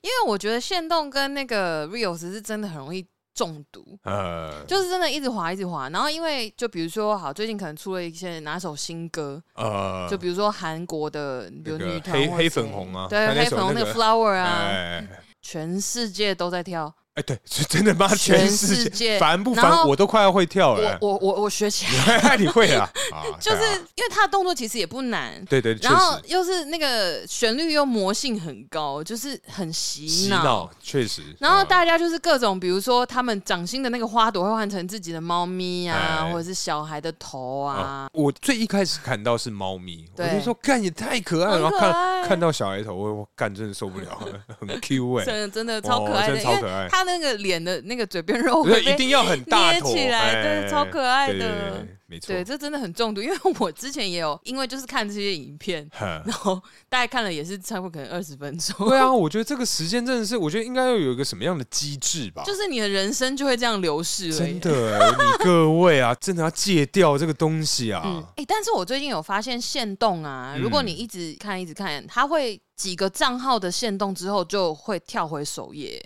Speaker 2: 因为我觉得限动跟那个 reels 是真的很容易中毒。
Speaker 1: 呃，
Speaker 2: 就是真的一直滑一直滑，然后因为就比如说好，最近可能出了一些哪首新歌，
Speaker 1: 呃，
Speaker 2: 就比如说韩国的，比如
Speaker 1: 那个
Speaker 2: 女团
Speaker 1: 黑
Speaker 2: 或
Speaker 1: 黑
Speaker 2: 者谁
Speaker 1: 粉红啊
Speaker 2: 对
Speaker 1: 他那
Speaker 2: 黑
Speaker 1: 首
Speaker 2: 粉红
Speaker 1: 那
Speaker 2: 那
Speaker 1: 个
Speaker 2: flower 啊，
Speaker 1: 哎
Speaker 2: 全世界都在跳，
Speaker 1: 哎，对， 是真的吗？
Speaker 2: 全
Speaker 1: 全
Speaker 2: 世
Speaker 1: 世
Speaker 2: 界
Speaker 1: 烦不
Speaker 2: 然
Speaker 1: 烦？
Speaker 2: 后
Speaker 1: 我都快要会跳
Speaker 2: 我
Speaker 1: 了。
Speaker 2: 我我我学起 来，
Speaker 1: 你会 啊？啊
Speaker 2: 就是
Speaker 1: 对啊
Speaker 2: 因为他的动作其实也不难，
Speaker 1: 对对，确
Speaker 2: 然后
Speaker 1: 实
Speaker 2: 又是那个旋律又魔性很高，就是很洗
Speaker 1: 洗
Speaker 2: 脑。
Speaker 1: 脑确实。
Speaker 2: 然后
Speaker 1: 啊
Speaker 2: 大家就是各种，比如说他们掌心的那个花朵会换成自己的猫咪啊，
Speaker 1: 哎
Speaker 2: 或者是小孩的头啊，
Speaker 1: 啊我最一开始看到是猫咪，我
Speaker 2: 对
Speaker 1: 就说干也太可爱了，
Speaker 2: 很
Speaker 1: 然后
Speaker 2: 可爱
Speaker 1: 看看到小孩头，我我干真的受不 了了，很 Q 哎，
Speaker 2: 真的真的
Speaker 1: 哦
Speaker 2: 超可爱
Speaker 1: 真的
Speaker 2: 的，因
Speaker 1: 超
Speaker 2: 为
Speaker 1: 可爱
Speaker 2: 他那个脸的那个嘴边肉
Speaker 1: 我觉得
Speaker 2: 会
Speaker 1: 一
Speaker 2: 被
Speaker 1: 定要很大
Speaker 2: 捏
Speaker 1: 坨
Speaker 2: 起来
Speaker 1: 哎
Speaker 2: 真的超可爱的
Speaker 1: 对对对对没错
Speaker 2: 对，。这真的很中毒，因为我之前也有，因为就是看这些影片，
Speaker 1: 哼
Speaker 2: 然后大概看了也是差不多可能二十分 钟，
Speaker 1: 对啊，我觉得这个时间真的是，我觉得应该要有一个什么样的机制吧？
Speaker 2: 就是你的人生就会这样流逝了
Speaker 1: 真
Speaker 2: 耶。
Speaker 1: 的、欸，你各位啊，真的要戒掉这个东西啊！
Speaker 2: 嗯，哎、但是我最近有发现限动啊，如果
Speaker 1: 嗯
Speaker 2: 你一直看一直看，它会几个账号的限动之后就会跳回首页，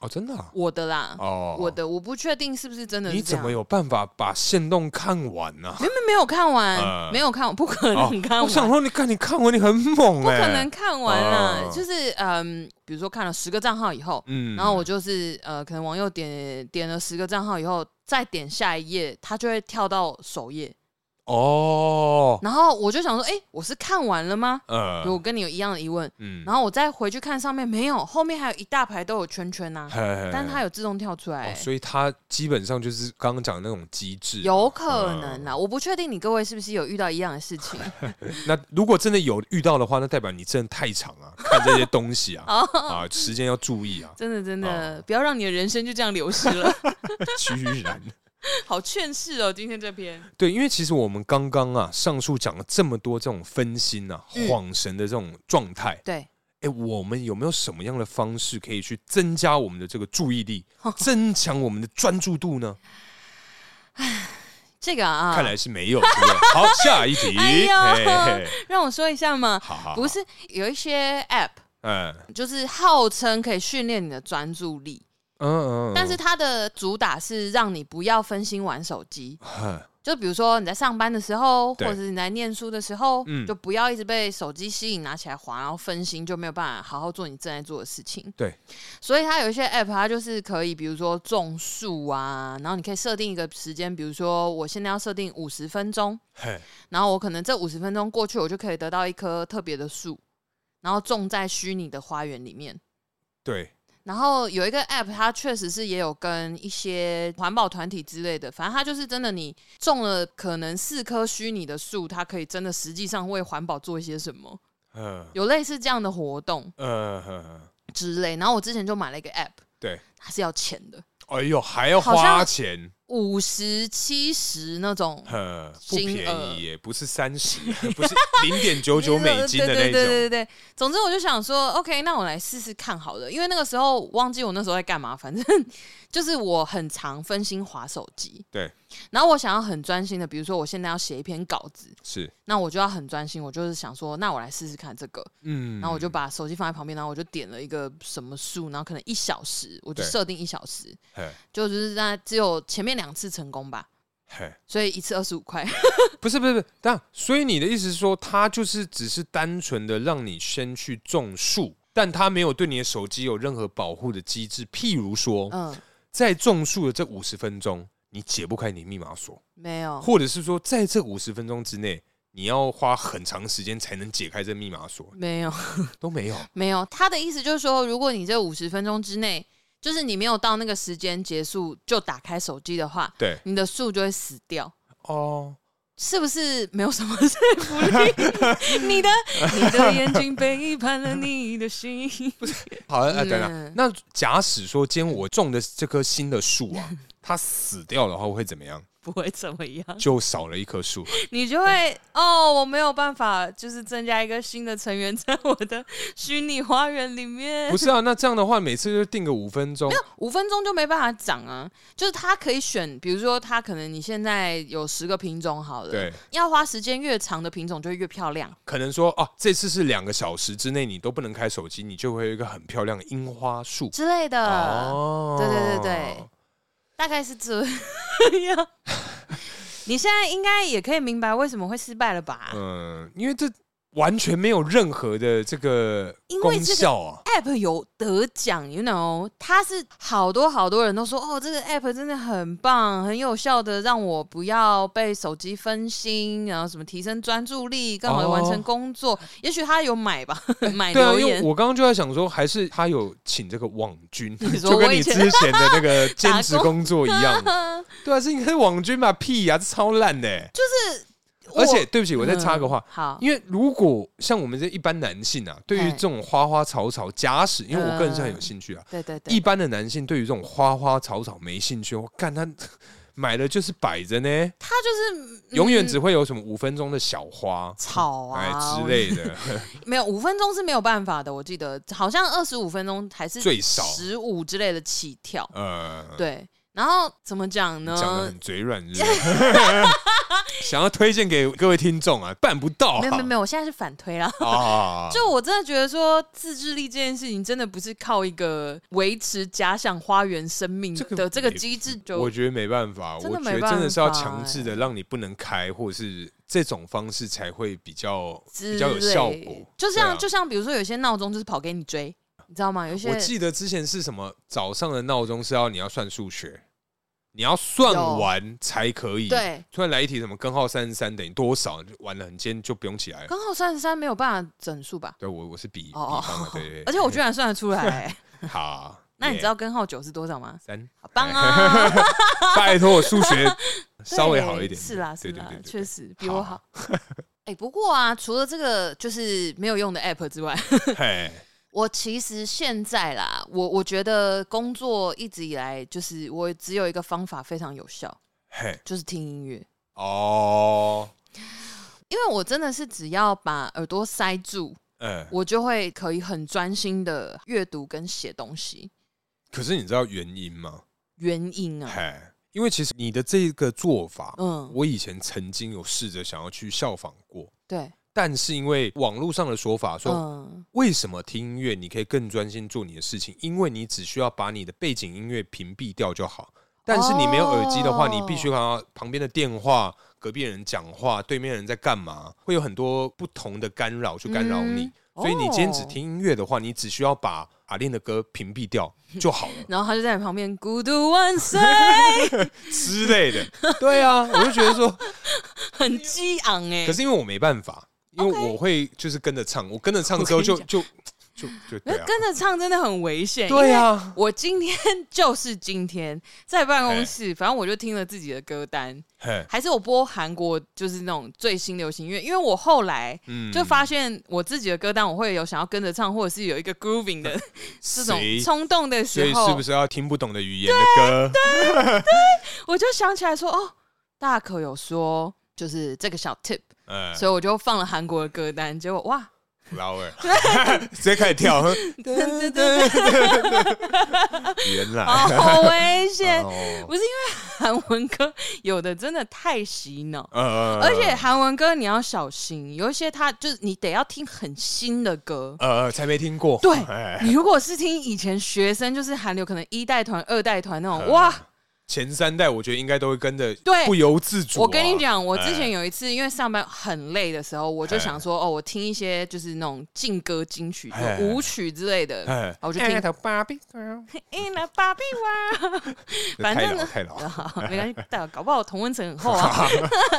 Speaker 1: 哦，真的、啊、
Speaker 2: 我的啦。
Speaker 1: 哦，
Speaker 2: 我的我不确定是不是真的是
Speaker 1: 你
Speaker 2: 这
Speaker 1: 怎
Speaker 2: 样
Speaker 1: 么有办法把线动看完呢、
Speaker 2: 明明没有看完，
Speaker 1: 呃
Speaker 2: 没有看完，不可
Speaker 1: 哦
Speaker 2: 能看完。
Speaker 1: 我想说，你看你看完，你很猛
Speaker 2: 不
Speaker 1: 哎、
Speaker 2: 可能看完啊，
Speaker 1: 哦
Speaker 2: 就是嗯，比如说看了十个账号以后，
Speaker 1: 嗯
Speaker 2: 然后我就是呃，可能网友点点了十个账号以后，再点下一页，它就会跳到首页，
Speaker 1: 哦，
Speaker 2: 然后我就想说，哎、我是看完了吗？
Speaker 1: 呃，
Speaker 2: 我跟你有一样的疑问，
Speaker 1: 嗯
Speaker 2: 然后我再回去看上面没有，后面还有一大排都有圈圈呐、
Speaker 1: 嘿嘿嘿
Speaker 2: 但它有自动跳出来、
Speaker 1: 哎哦所以它基本上就是刚刚讲的那种机制。
Speaker 2: 有
Speaker 1: 嗯
Speaker 2: 可能啦，我不确定你各位是不是有遇到一样的事情。
Speaker 1: 那如果真的有遇到的话，那代表你真的太长啊，看这些东西 啊
Speaker 2: 哦
Speaker 1: 啊，时间要注意啊，
Speaker 2: 真的真的，不要让你的人生就这样流失 了，
Speaker 1: 居然。
Speaker 2: 好劝世哦！今天这篇，
Speaker 1: 对，因为其实我们刚刚啊，上述讲了这么多这种分心啊、
Speaker 2: 嗯
Speaker 1: 恍神的这种状态，
Speaker 2: 对，
Speaker 1: 哎、我们有没有什么样的方式可以去增加我们的这个注意 力，增强我们的专注度呢？
Speaker 2: 这个啊，
Speaker 1: 看来是没有，对不对？好，下一题，
Speaker 2: 哎呦
Speaker 1: 嘿嘿
Speaker 2: 让我说一下嘛，
Speaker 1: 好好，好
Speaker 2: 不，是有一些 app
Speaker 1: 嗯嗯
Speaker 2: 就是号称可以训练你的专注力，
Speaker 1: 嗯，嗯
Speaker 2: 但是它的主打是让你不要分心玩手机。
Speaker 1: 哼
Speaker 2: 就比如说你在上班的时候，或
Speaker 1: 对
Speaker 2: 者是你在念书的时候，
Speaker 1: 嗯
Speaker 2: 就不要一直被手机吸引，拿起来滑，然后分心，就没有办法好好做你正在做的事情。
Speaker 1: 对，
Speaker 2: 所以它有一些 app，它就是可以，比如说种树啊，然后你可以设定一个时间，比如说我现在要设定五十分钟，
Speaker 1: 嘿，
Speaker 2: 然后我可能这五十分钟过去，我就可以得到一棵特别的树，然后种在虚拟的花园里面。
Speaker 1: 对，
Speaker 2: 然后有一个 app，它确实是也有跟一些环保团体之类的，反正它就是真的，你种了可能四棵虚拟的树，它可以真的实际上为环保做一些什么，
Speaker 1: 嗯
Speaker 2: 有类似这样的活动
Speaker 1: 呃嗯，
Speaker 2: 之类。然后我之前就买了一个 app，
Speaker 1: 对，
Speaker 2: 它是要钱的，
Speaker 1: 哎呦，还要
Speaker 2: 好像
Speaker 1: 花钱，
Speaker 2: 五十七十那种，
Speaker 1: 呃，不
Speaker 2: 金额
Speaker 1: 便宜耶，不是三十，不是零点九 九美金的
Speaker 2: 对对
Speaker 1: 那种，
Speaker 2: 对对对对。总之我就想说，OK，那我来试试看好了，因为那个时 候忘记我那时候在干嘛，反正就是我很常分心划手机。
Speaker 1: 对。
Speaker 2: 然后我想要很专心的，比如说我现在要写一篇稿子，
Speaker 1: 是，
Speaker 2: 那我就要很专心，我就是想说，那我来试试看这个。
Speaker 1: 嗯，
Speaker 2: 然后我就把手机放在旁边，然后我就点了一个什么数，然后可能一小时，我就
Speaker 1: 对
Speaker 2: 设定一小时，
Speaker 1: 嘿，
Speaker 2: 就是那只有前面两次成功吧，
Speaker 1: 嘿，
Speaker 2: 所以一次二十五块。
Speaker 1: 哦不是不是不是，但所以你的意思是说，他就是只是单纯的让你先去种树，但他没有对你的手机有任何保护的机制。譬如说，
Speaker 2: 嗯，
Speaker 1: 在种树的这五十分钟，你解不开你的密码锁，
Speaker 2: 没有，
Speaker 1: 或者是说，在这五十分钟之内，你要花很长时间才能解开这密码锁，
Speaker 2: 没有，
Speaker 1: 都没有。
Speaker 2: 没有。他的意思就是说，如果你这五十分钟之内，就是你没有到那个时间结束就打开手机的话，
Speaker 1: 对，
Speaker 2: 你的数就会死掉。
Speaker 1: 哦，
Speaker 2: 是不是没有什么 说服力？ 你的你的眼睛背叛了你的心。
Speaker 1: 好，呃，等等
Speaker 2: 嗯，
Speaker 1: 那假使说今天我种的这棵新的树啊，它死掉的话会怎么样？
Speaker 2: 不会怎么样，
Speaker 1: 就少了一棵树。
Speaker 2: 你就会哦，我没有办法，就是增加一个新的成员 在我的虚拟花园里面
Speaker 1: 不，是啊，那这样的话，每次就定个五分钟。
Speaker 2: 五分钟就没办法涨啊。就是他可以选，比如说他可能你现在有十个品种好了，
Speaker 1: 对，
Speaker 2: 要花时间越长的品种就会越漂亮，
Speaker 1: 可能说哦、这次是两个小时之内你都不能开手机，你就会有一个很漂亮的樱花树。
Speaker 2: 之类的。
Speaker 1: 哦
Speaker 2: 呃对对对对，大概是这 样。你现在应该也可以明白为什么会失败了吧、
Speaker 1: 嗯，因为这完全没有任何的这个
Speaker 2: 因为
Speaker 1: 功
Speaker 2: 这个
Speaker 1: 效啊。
Speaker 2: a p p 有得奖，you know，它是好多好多人都说哦，这个 app 真的很棒，很有效的让我不要被手机分心，然后什么提升专注力，更好的完
Speaker 1: 哦
Speaker 2: 成 工作。也许他有买吧， 买
Speaker 1: 对啊，
Speaker 2: 留
Speaker 1: 因为
Speaker 2: 言。
Speaker 1: 我刚刚就在想说，还是他有请这个网军，
Speaker 2: 你说
Speaker 1: 就跟
Speaker 2: 我
Speaker 1: 你
Speaker 2: 以
Speaker 1: 之
Speaker 2: 前
Speaker 1: 前的那个兼
Speaker 2: 打
Speaker 1: 职
Speaker 2: 工
Speaker 1: 工作一样。对啊，是应该是网军吧？屁啊呀、这超烂的、欸
Speaker 2: 我
Speaker 1: 而且对不起，我再插个话，
Speaker 2: 嗯 好，
Speaker 1: 因为如果像我们这一般男性啊，对于
Speaker 2: 嘿
Speaker 1: 这种花花草草，假使因为我个人是很有兴趣啊，
Speaker 2: 对对
Speaker 1: 一
Speaker 2: 对，
Speaker 1: 般的男性对于这种花花草草没兴趣，我干他 买了就是摆着呢，
Speaker 2: 他就是
Speaker 1: 永远
Speaker 2: 嗯
Speaker 1: 只会有什么五分钟的小花。
Speaker 2: 草
Speaker 1: 哎
Speaker 2: 啊
Speaker 1: 之类 的，
Speaker 2: 没有五分钟是没有办法的，我记得好像二十五分钟还是
Speaker 1: 最少
Speaker 2: 十五之类的起跳。
Speaker 1: 呃，
Speaker 2: 对，然后怎么
Speaker 1: 讲
Speaker 2: 讲
Speaker 1: 的
Speaker 2: 呢？
Speaker 1: 很嘴软是不是， 想要推荐给各位听众啊，办不到、啊，
Speaker 2: 没有没有没有，我现在是反推啦。
Speaker 1: 有啊，
Speaker 2: 就我真的觉得说自制力这件事情，真的不是靠一个维持假想花园生命
Speaker 1: 这个
Speaker 2: 的这个
Speaker 1: 没
Speaker 2: 机制
Speaker 1: 我
Speaker 2: 就
Speaker 1: 觉得没办法，
Speaker 2: 真
Speaker 1: 我
Speaker 2: 的
Speaker 1: 觉
Speaker 2: 没
Speaker 1: 得
Speaker 2: 办
Speaker 1: 真的是要
Speaker 2: 法哎
Speaker 1: 强制的让你不能开，或者是这种方式才会比较
Speaker 2: 之
Speaker 1: 比较有效果
Speaker 2: 类。就
Speaker 1: 对啊
Speaker 2: 像就像比如说有些闹钟就是跑给你追，你知道吗？有一些
Speaker 1: 我记得之前是什么早上的闹钟是要你要算数学，你要算
Speaker 2: 有
Speaker 1: 完才可以。，
Speaker 2: 对
Speaker 1: 突然来一题什么根号三十三等于多少，就完了，你今天就不用起来了。
Speaker 2: 刚好三十三没有办法整数吧？
Speaker 1: 对我我是比比
Speaker 2: 哦
Speaker 1: 方的，对对对。
Speaker 2: 而且我居然算得出来、欸
Speaker 1: 好，
Speaker 2: 那你
Speaker 1: 耶
Speaker 2: 知道根号九是多少吗？
Speaker 1: 三？
Speaker 2: 好 棒啊！
Speaker 1: 拜托我数学稍微好一
Speaker 2: 对
Speaker 1: 点，
Speaker 2: 是啦，是
Speaker 1: 对对
Speaker 2: 啦
Speaker 1: 对，对
Speaker 2: 确
Speaker 1: 对
Speaker 2: 实比我
Speaker 1: 好
Speaker 2: 好。 哎、不过啊，除了这个就是没有用的 app 之外，
Speaker 1: 嘿，
Speaker 2: 我其实现在啦，我我觉得工作一直以来就是我只有一个方法非常有效，
Speaker 1: 嘿，
Speaker 2: 就是听音乐。
Speaker 1: 哦，
Speaker 2: 因为我真的是只要把耳朵塞住，
Speaker 1: 嗯。
Speaker 2: 我就会可以很专心的阅读跟写东西。
Speaker 1: 可是你知道原因吗？
Speaker 2: 原因啊，
Speaker 1: 嘿，因为其实你的这个做法，
Speaker 2: 嗯，
Speaker 1: 我以前曾经有试着想要去效仿过，
Speaker 2: 对，
Speaker 1: 但是因为网络上的说法说，
Speaker 2: 嗯，
Speaker 1: 为什么听音乐你可以更专心做你的事情？因为你只需要把你的背景音乐屏蔽掉就好。但是你没有耳机的话，
Speaker 2: 哦
Speaker 1: 你必须看到旁边的电话、隔壁人讲话、对面人在干嘛，会有很多不同的干扰去干扰你
Speaker 2: 嗯。
Speaker 1: 所以你今天只
Speaker 2: 哦
Speaker 1: 听音乐的话，你只需要把阿练的歌屏蔽掉就好 了。
Speaker 2: 然后他就在你旁边孤独万 岁，
Speaker 1: 之类的。对啊，我就觉得说，
Speaker 2: 很激昂 哎、
Speaker 1: 可是因为我没办法，因为
Speaker 2: OK
Speaker 1: 我会就是跟着唱，我跟着唱之后就
Speaker 2: 我跟
Speaker 1: 就就就对啊，
Speaker 2: 跟着唱真的很危险，
Speaker 1: 对啊，
Speaker 2: 我今天就是今天在办公
Speaker 1: 哎
Speaker 2: 室，反正我就听了自己的歌单，
Speaker 1: 嘿，
Speaker 2: 还是我播韩国就是那种最新流行乐，因为我后来
Speaker 1: 嗯
Speaker 2: 就发现我自己的歌单，我会有想要跟着唱，或者是有一个 grooving 的这种
Speaker 1: 谁
Speaker 2: 冲动的
Speaker 1: 所
Speaker 2: 时
Speaker 1: 以是
Speaker 2: 候
Speaker 1: 不，是要听不懂的语言的歌？
Speaker 2: 我就想起来说，哦，大可有说就是这个小 tip，
Speaker 1: 嗯
Speaker 2: 所以我就放了韩国的歌单，结果哇，
Speaker 1: 老二， 直接开始跳，
Speaker 2: 对对对，
Speaker 1: 原来
Speaker 2: 好危险！
Speaker 1: 哦，
Speaker 2: 不是因为韩文歌有的真的太洗脑，
Speaker 1: 呃
Speaker 2: 而且韩文歌你要小心，有一些它就是你得要听很新的歌。
Speaker 1: 呃才没听过，
Speaker 2: 对
Speaker 1: 哎
Speaker 2: 你如果是听以前学生，就是韩流可能一代团、二代团那种，
Speaker 1: 嗯
Speaker 2: 哇！
Speaker 1: 前三代我觉得应该都会跟着，
Speaker 2: 对
Speaker 1: 不由自主啊。
Speaker 2: 我跟你讲，我之
Speaker 1: 哎
Speaker 2: 前有一次因为上班很累的时候，我就想说，哦，我听一些就是那种劲歌金曲、
Speaker 1: 哎
Speaker 2: 舞曲之类的，
Speaker 1: 哎
Speaker 2: 然后我就听。In 哎 a Barbie World，反正呢
Speaker 1: 太老，太
Speaker 2: 好没关系，但搞不好同温层很厚
Speaker 1: 老
Speaker 2: 啊。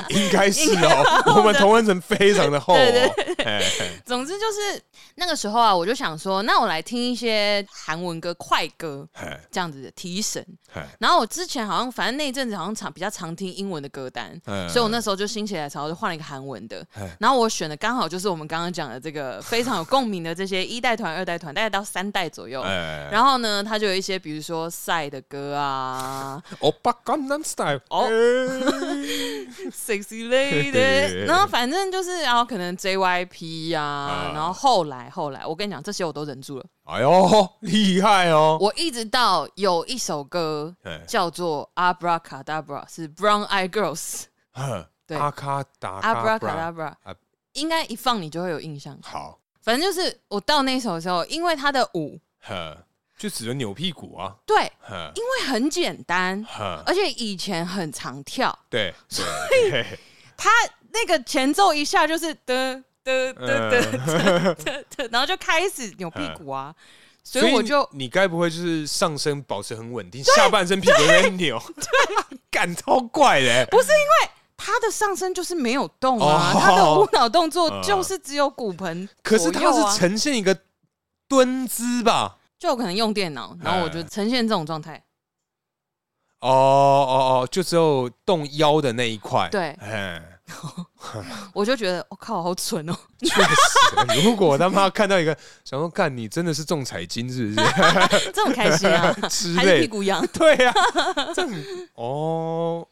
Speaker 1: 应该是哦。我们同温层非常的厚哦，哎哎
Speaker 2: 总之就是那个时候啊，我就想说，那我来听一些韩文歌、快歌
Speaker 1: 哎
Speaker 2: 这样子的提神。
Speaker 1: 哎
Speaker 2: 然后我之前好像，反正那一阵子好像常比较常听英文的歌单，
Speaker 1: 嗯
Speaker 2: 所以我那时候就心血来潮，就换了一个韩文的
Speaker 1: 嗯。
Speaker 2: 然后我选的刚好就是我们刚刚讲的这个非常有共鸣的这些一代团、二代团，大概到三代左右。
Speaker 1: 哎，
Speaker 2: 然后呢，它就有一些比如说赛的歌 啊
Speaker 1: 欧巴 Gangnam Style，
Speaker 2: 哦
Speaker 1: 哎
Speaker 2: ，Sexy Lady，然后反正就是然后可能 JYP 啊
Speaker 1: 啊，
Speaker 2: 然后后来后来，我跟你讲这些我都忍住了，
Speaker 1: 哎呦，厉害哦！
Speaker 2: 我一直到有一首歌
Speaker 1: 哎
Speaker 2: 叫做 Abracadabra，是 Brown Eye Girls。
Speaker 1: 哼
Speaker 2: 对
Speaker 1: 阿卡达
Speaker 2: 阿布
Speaker 1: 卡
Speaker 2: 拉
Speaker 1: 布
Speaker 2: 卡
Speaker 1: 拉
Speaker 2: 拉，布拉
Speaker 1: 啊，
Speaker 2: 应该一放你就会有印象。
Speaker 1: 好，
Speaker 2: 反正就是我到那首的时候，因为它的舞
Speaker 1: 呵，就只能扭屁股啊，
Speaker 2: 对，
Speaker 1: 呵
Speaker 2: 因为很简单，
Speaker 1: 呵，
Speaker 2: 而且以前很常跳，
Speaker 1: 对，所以
Speaker 2: 它那个前奏一下就是的的的
Speaker 1: 嗯
Speaker 2: 的的的，然后就开始扭屁股啊，所以我就
Speaker 1: 你该不会就是上身保持很稳定，下半身屁股在扭， 对，感超怪的，
Speaker 2: 不是因为。他的上身就是没有动啊，
Speaker 1: 哦
Speaker 2: 他的舞蹈动作就是只有骨盆
Speaker 1: 可是
Speaker 2: 左
Speaker 1: 它
Speaker 2: 右啊
Speaker 1: 是呈现一个蹲姿吧？
Speaker 2: 就我可能用电脑，
Speaker 1: 哎
Speaker 2: 然后我就呈现这种状态。
Speaker 1: 哦哦哦，就只有动腰的那一块，
Speaker 2: 对
Speaker 1: 哎，
Speaker 2: 我就觉得我、靠，好蠢哦！
Speaker 1: 确实，如果他妈看到一个，想说干你真的是中彩金是不 是
Speaker 2: 这种开心啊，
Speaker 1: 之
Speaker 2: 还是
Speaker 1: 类
Speaker 2: 屁
Speaker 1: 的？
Speaker 2: 股痒？
Speaker 1: 对呀、啊，这 很哦，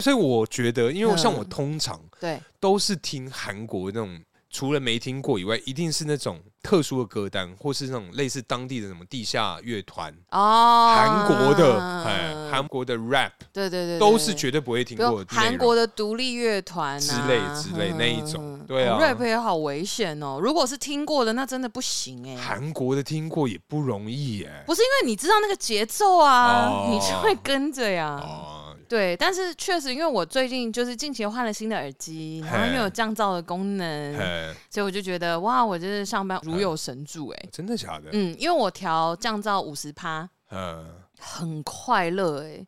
Speaker 1: 所以我觉得，因为像
Speaker 2: 嗯
Speaker 1: 我通常
Speaker 2: 对，
Speaker 1: 都是听韩国那种。除了没听过以外，一定是那种特殊的歌单，或是那种类似当地的什么地下乐团，
Speaker 2: 哦，
Speaker 1: 韩国的，哎、韩国的 rap
Speaker 2: 对对对，
Speaker 1: 都是
Speaker 2: 觉
Speaker 1: 绝对不会听过的内容
Speaker 2: 韩国的独立乐团啊
Speaker 1: 之类之类那一种对啊
Speaker 2: 哦，rap 也好危险哦。如果是听过的，那真的不行哎。
Speaker 1: 韩国的听过也不容易耶。
Speaker 2: 不是因为你知道那个节奏啊，
Speaker 1: 哦
Speaker 2: 你就会跟着呀。
Speaker 1: 哦，
Speaker 2: 对，但是确实，因为我最近就是近期换了新的耳机，然后因为有降噪的功能，
Speaker 1: 哎，
Speaker 2: 所以我就觉得哇，我真是上班如有神助哎。
Speaker 1: 真的假的？
Speaker 2: 嗯，因为我调降噪五十趴，
Speaker 1: 嗯，
Speaker 2: 很快乐哎、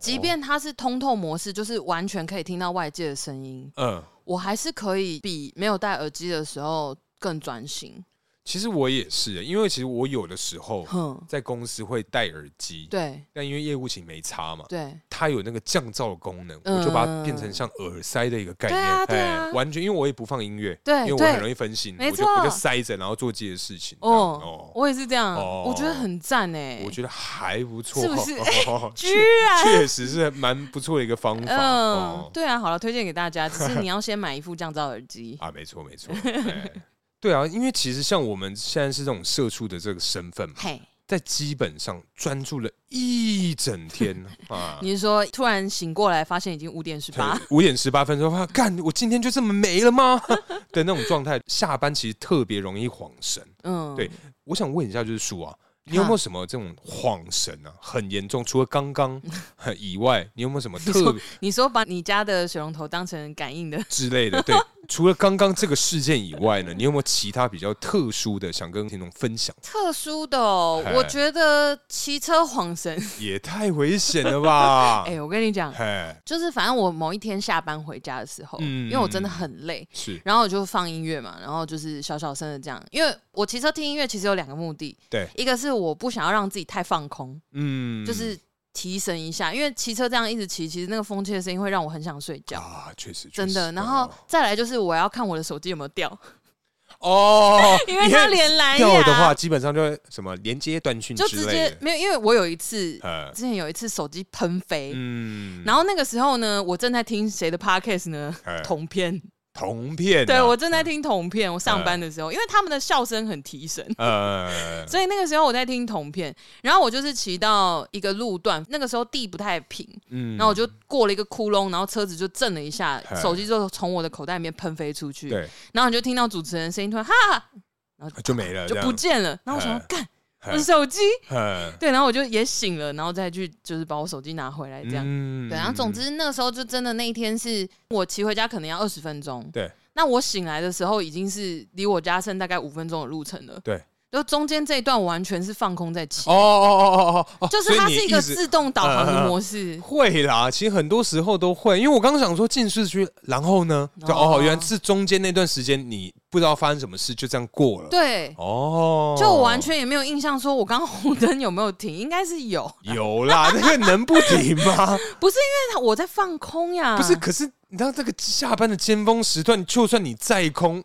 Speaker 2: 即便它是通透模式，就是完全可以听到外界的声音，
Speaker 1: 嗯，
Speaker 2: 我还是可以比没有戴耳机的时候更专心。
Speaker 1: 其实我也是，因为其实我有的时候
Speaker 2: 哼，
Speaker 1: 在公司会戴耳机，
Speaker 2: 对
Speaker 1: 但因为业务型没差嘛，
Speaker 2: 对，
Speaker 1: 它有那个降噪的功能，
Speaker 2: 嗯
Speaker 1: 我就把它变成像耳塞的一个概念，
Speaker 2: 对啊对啊
Speaker 1: 哎完全因为我也不放音乐，
Speaker 2: 对
Speaker 1: 因为我
Speaker 2: 对
Speaker 1: 很容易分心，
Speaker 2: 没
Speaker 1: 我就
Speaker 2: 错
Speaker 1: 我就塞着，然后做自己的事情。这样
Speaker 2: 哦，
Speaker 1: 哦，
Speaker 2: 我也是这样，
Speaker 1: 哦
Speaker 2: 我觉得很赞哎、
Speaker 1: 我觉得还不错，
Speaker 2: 是不是
Speaker 1: 哦
Speaker 2: 居 然
Speaker 1: 确实是蛮不错的一个方法。
Speaker 2: 嗯、
Speaker 1: 哦。
Speaker 2: 对啊，好了，推荐给大家，只是你要先买一副降噪耳机
Speaker 1: 啊，没错没错，哎对啊，因为其实像我们现在是这种社畜的这个身份嘛，
Speaker 2: 嘿，
Speaker 1: 在基本上专注了一整天啊。
Speaker 2: 你是说突然醒过来，发现已经五点十八？
Speaker 1: 五点十八分说，哇，干，我今天就这么没了吗？ 的那种状态，下班其实特别容易晃神。
Speaker 2: 嗯，
Speaker 1: 对我想问一下，就是叔啊，你有没有什么这种晃神啊，很严重？除了刚 刚以外，你有没有什么
Speaker 2: 你
Speaker 1: 特
Speaker 2: 说你说把你家的水龙头当成感应的，
Speaker 1: 之类的？ 对，除了刚刚这个事件以外呢，你有没有其他比较特殊的想跟听众分享？
Speaker 2: 特殊的、哦
Speaker 1: 嘿，
Speaker 2: 我觉得骑车晃神。
Speaker 1: 也太危险了吧？
Speaker 2: 哎、我跟你讲，
Speaker 1: 嘿，
Speaker 2: 就是反正我某一天下班回家的时候，
Speaker 1: 嗯
Speaker 2: 因为我真的很累，
Speaker 1: 是
Speaker 2: 然后我就放音乐嘛，然后就是小小声的这样，因为我骑车听音乐其实有两个目的，
Speaker 1: 对，
Speaker 2: 一个是我不想要让自己太放空，
Speaker 1: 嗯，
Speaker 2: 就是提神一下，因为骑车这样一直骑，其实那个风切的声音会让我很想睡觉。
Speaker 1: 啊，确实，
Speaker 2: 真
Speaker 1: 确
Speaker 2: 的，
Speaker 1: 实
Speaker 2: 然后再来就是我要看我的手机有没有 掉，
Speaker 1: 哦，
Speaker 2: 因为它连蓝
Speaker 1: 掉
Speaker 2: 牙
Speaker 1: 的话，基本上就会什么连接断讯
Speaker 2: 哎就
Speaker 1: 之
Speaker 2: 直
Speaker 1: 类
Speaker 2: 接
Speaker 1: 的，
Speaker 2: 没有，因为我有一次
Speaker 1: 呃，
Speaker 2: 之前有一次手机喷飞，
Speaker 1: 嗯，
Speaker 2: 然后那个时候呢，我正在听谁的 podcast 呢？
Speaker 1: 哎
Speaker 2: 同片，
Speaker 1: 铜片啊，
Speaker 2: 对我正在听铜片，我
Speaker 1: 嗯
Speaker 2: 上班的时候，因为他们的笑声很提神，
Speaker 1: 呃，
Speaker 2: 所以那个时候我在听铜片，然后我就是骑到一个路段，那个时候地不太平，
Speaker 1: 嗯
Speaker 2: 然后我就过了一个窟窿，然后车子就震了一下
Speaker 1: 嗯，
Speaker 2: 手机就从我的口袋里面喷飞出去，
Speaker 1: 对
Speaker 2: 然后你就听到主持人声音突然哈哈，
Speaker 1: 就没了，
Speaker 2: 就
Speaker 1: 这样
Speaker 2: 不见了，然后我想
Speaker 1: 嗯
Speaker 2: 说干，
Speaker 1: 嘿
Speaker 2: 我的手机，
Speaker 1: 嗯
Speaker 2: 对，然后我就也醒了，然后再去就是把我手机拿回来这样，
Speaker 1: 嗯
Speaker 4: 对，然后总之那个时候就真的那一天是
Speaker 2: 我骑回家可能要二十分钟，
Speaker 1: 对，
Speaker 2: 那我醒来的时候已经是离我家剩大概五分钟的路程了，
Speaker 1: 对，
Speaker 2: 就中间这一段我完全是放空在骑，
Speaker 1: 哦哦哦哦哦哦，
Speaker 2: 就是
Speaker 1: 所以
Speaker 2: 它
Speaker 1: 你
Speaker 2: 是一个
Speaker 1: 直嗯
Speaker 2: 自动导航的模式。
Speaker 1: 会啦，其实很多时候都会，因为我刚刚想说进市区，然后呢，就哦
Speaker 2: 哦
Speaker 1: 原来是中间那段时间你不知道发生什么事，就这样过了。，
Speaker 2: 对，
Speaker 1: 哦，
Speaker 2: 就我完全也没有印象，说我刚刚红灯有没有停，应该是有，
Speaker 1: 有啦，那个能不停 吗？
Speaker 2: 不是因为它我在放空呀，
Speaker 1: 不是，可是你知道这个下班的尖峰时段，就算你在空，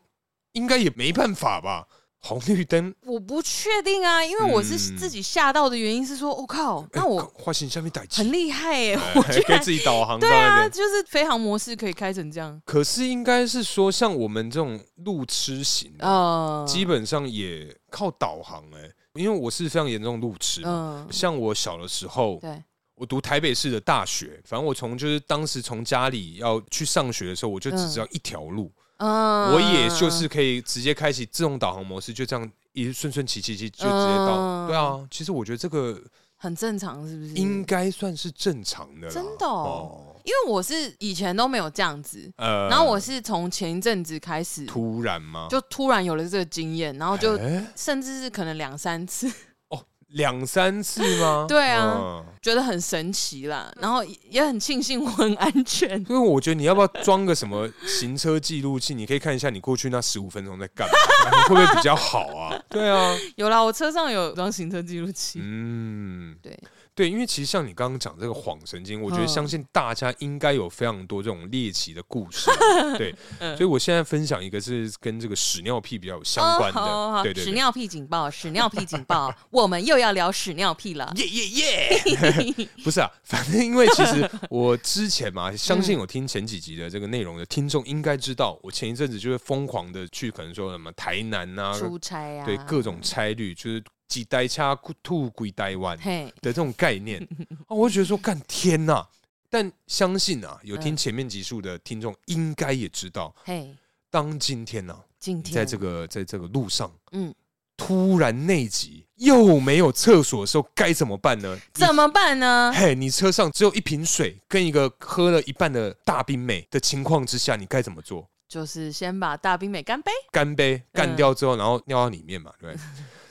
Speaker 1: 应该也没办法吧？红绿灯，
Speaker 2: 我不确定啊，因为我是
Speaker 1: 嗯
Speaker 2: 自己吓到的原因是说，我、靠，那我
Speaker 1: 哎花型下面逮
Speaker 2: 很
Speaker 1: 鸡，
Speaker 2: 厉害耶、
Speaker 1: 哎
Speaker 2: 我居
Speaker 1: 可以
Speaker 2: 然
Speaker 1: 自己导航到
Speaker 2: 对
Speaker 1: 那
Speaker 2: 啊，
Speaker 1: 边。
Speaker 2: 就是飞行模式可以开成这样，
Speaker 1: 可是应该是说，像我们这种路痴型的，
Speaker 2: 呃，
Speaker 1: 基本上也靠导航哎、因为我是非常严重路痴嘛。
Speaker 2: 嗯，
Speaker 1: 像我小的时候，
Speaker 2: 对，
Speaker 1: 我读台北市的大学，反正我从就是当时从家里要去上学的时候，我就只知道一条路，
Speaker 2: 嗯，
Speaker 1: 我也就是可以直接开启自动导航模式，就这样一顺顺骑骑骑就直接到。
Speaker 2: 嗯
Speaker 1: 对啊，其实我觉得这个
Speaker 2: 很正常，是不是？
Speaker 1: 应该算是正常的啦，
Speaker 2: 真的哦因为我是以前都没有这样子，
Speaker 1: 哦呃
Speaker 2: 然后我是从前一阵子开始，
Speaker 1: 突然吗？
Speaker 2: 就突然有了这个经验，然后就
Speaker 1: 哎
Speaker 2: 甚至是可能两三次，
Speaker 1: 两三次吗？
Speaker 2: 对啊
Speaker 1: 嗯。
Speaker 2: 觉得很神奇啦，然后也也很庆幸我很安全。
Speaker 1: 所以我觉得你要不要装个什么行车记录器？你可以看一下你过去那十五分钟在干嘛， 会不会比较好 啊？对啊，
Speaker 2: 有啦，我车上有装行车记录器，
Speaker 1: 嗯，
Speaker 2: 对
Speaker 1: 对，因为其实像你刚刚讲这个晃神经，我觉得
Speaker 2: 嗯
Speaker 1: 相信大家应该有非常多这种猎奇的故 事，对，
Speaker 2: 嗯
Speaker 1: 所以我现在分享一个是跟这个屎尿屁比较有相关
Speaker 2: 哦好好
Speaker 1: 的，
Speaker 2: 好
Speaker 1: 对对
Speaker 2: 屎
Speaker 1: 对。
Speaker 2: 尿屁警报，屎尿屁 警报，我们又要聊屎尿屁了。
Speaker 1: 耶耶 耶！不是啊，反正因为其实我之前嘛，相
Speaker 2: 嗯
Speaker 1: 信有听前几集的这个内容的听众应该知道，我前一阵子就是疯狂的去，可能说什么台南啊，
Speaker 2: 出差呀、啊，
Speaker 1: 对各种差旅，就是几代掐吐鬼台湾的
Speaker 2: 嘿，
Speaker 1: 这种概念啊，我就觉得说，干天呐！但相信啊，有听
Speaker 2: 嗯
Speaker 1: 前面集数的听众应该也知道，
Speaker 2: 嘿，
Speaker 1: 当今天呐、
Speaker 2: 今
Speaker 1: 你
Speaker 2: 天啊
Speaker 1: 在这个在这个路上，嗯
Speaker 2: 嗯，
Speaker 1: 突然内急又没有厕所的时候，该怎么办呢？你
Speaker 2: 怎么办呢？
Speaker 1: 嘿，你车上只有一瓶水跟一个喝了一半的大冰美的情况之下，你该怎么做？
Speaker 2: 就是先把大冰美干杯。
Speaker 1: 干杯，干
Speaker 2: 嗯
Speaker 1: 掉之后，然后尿到里面嘛，对 不对。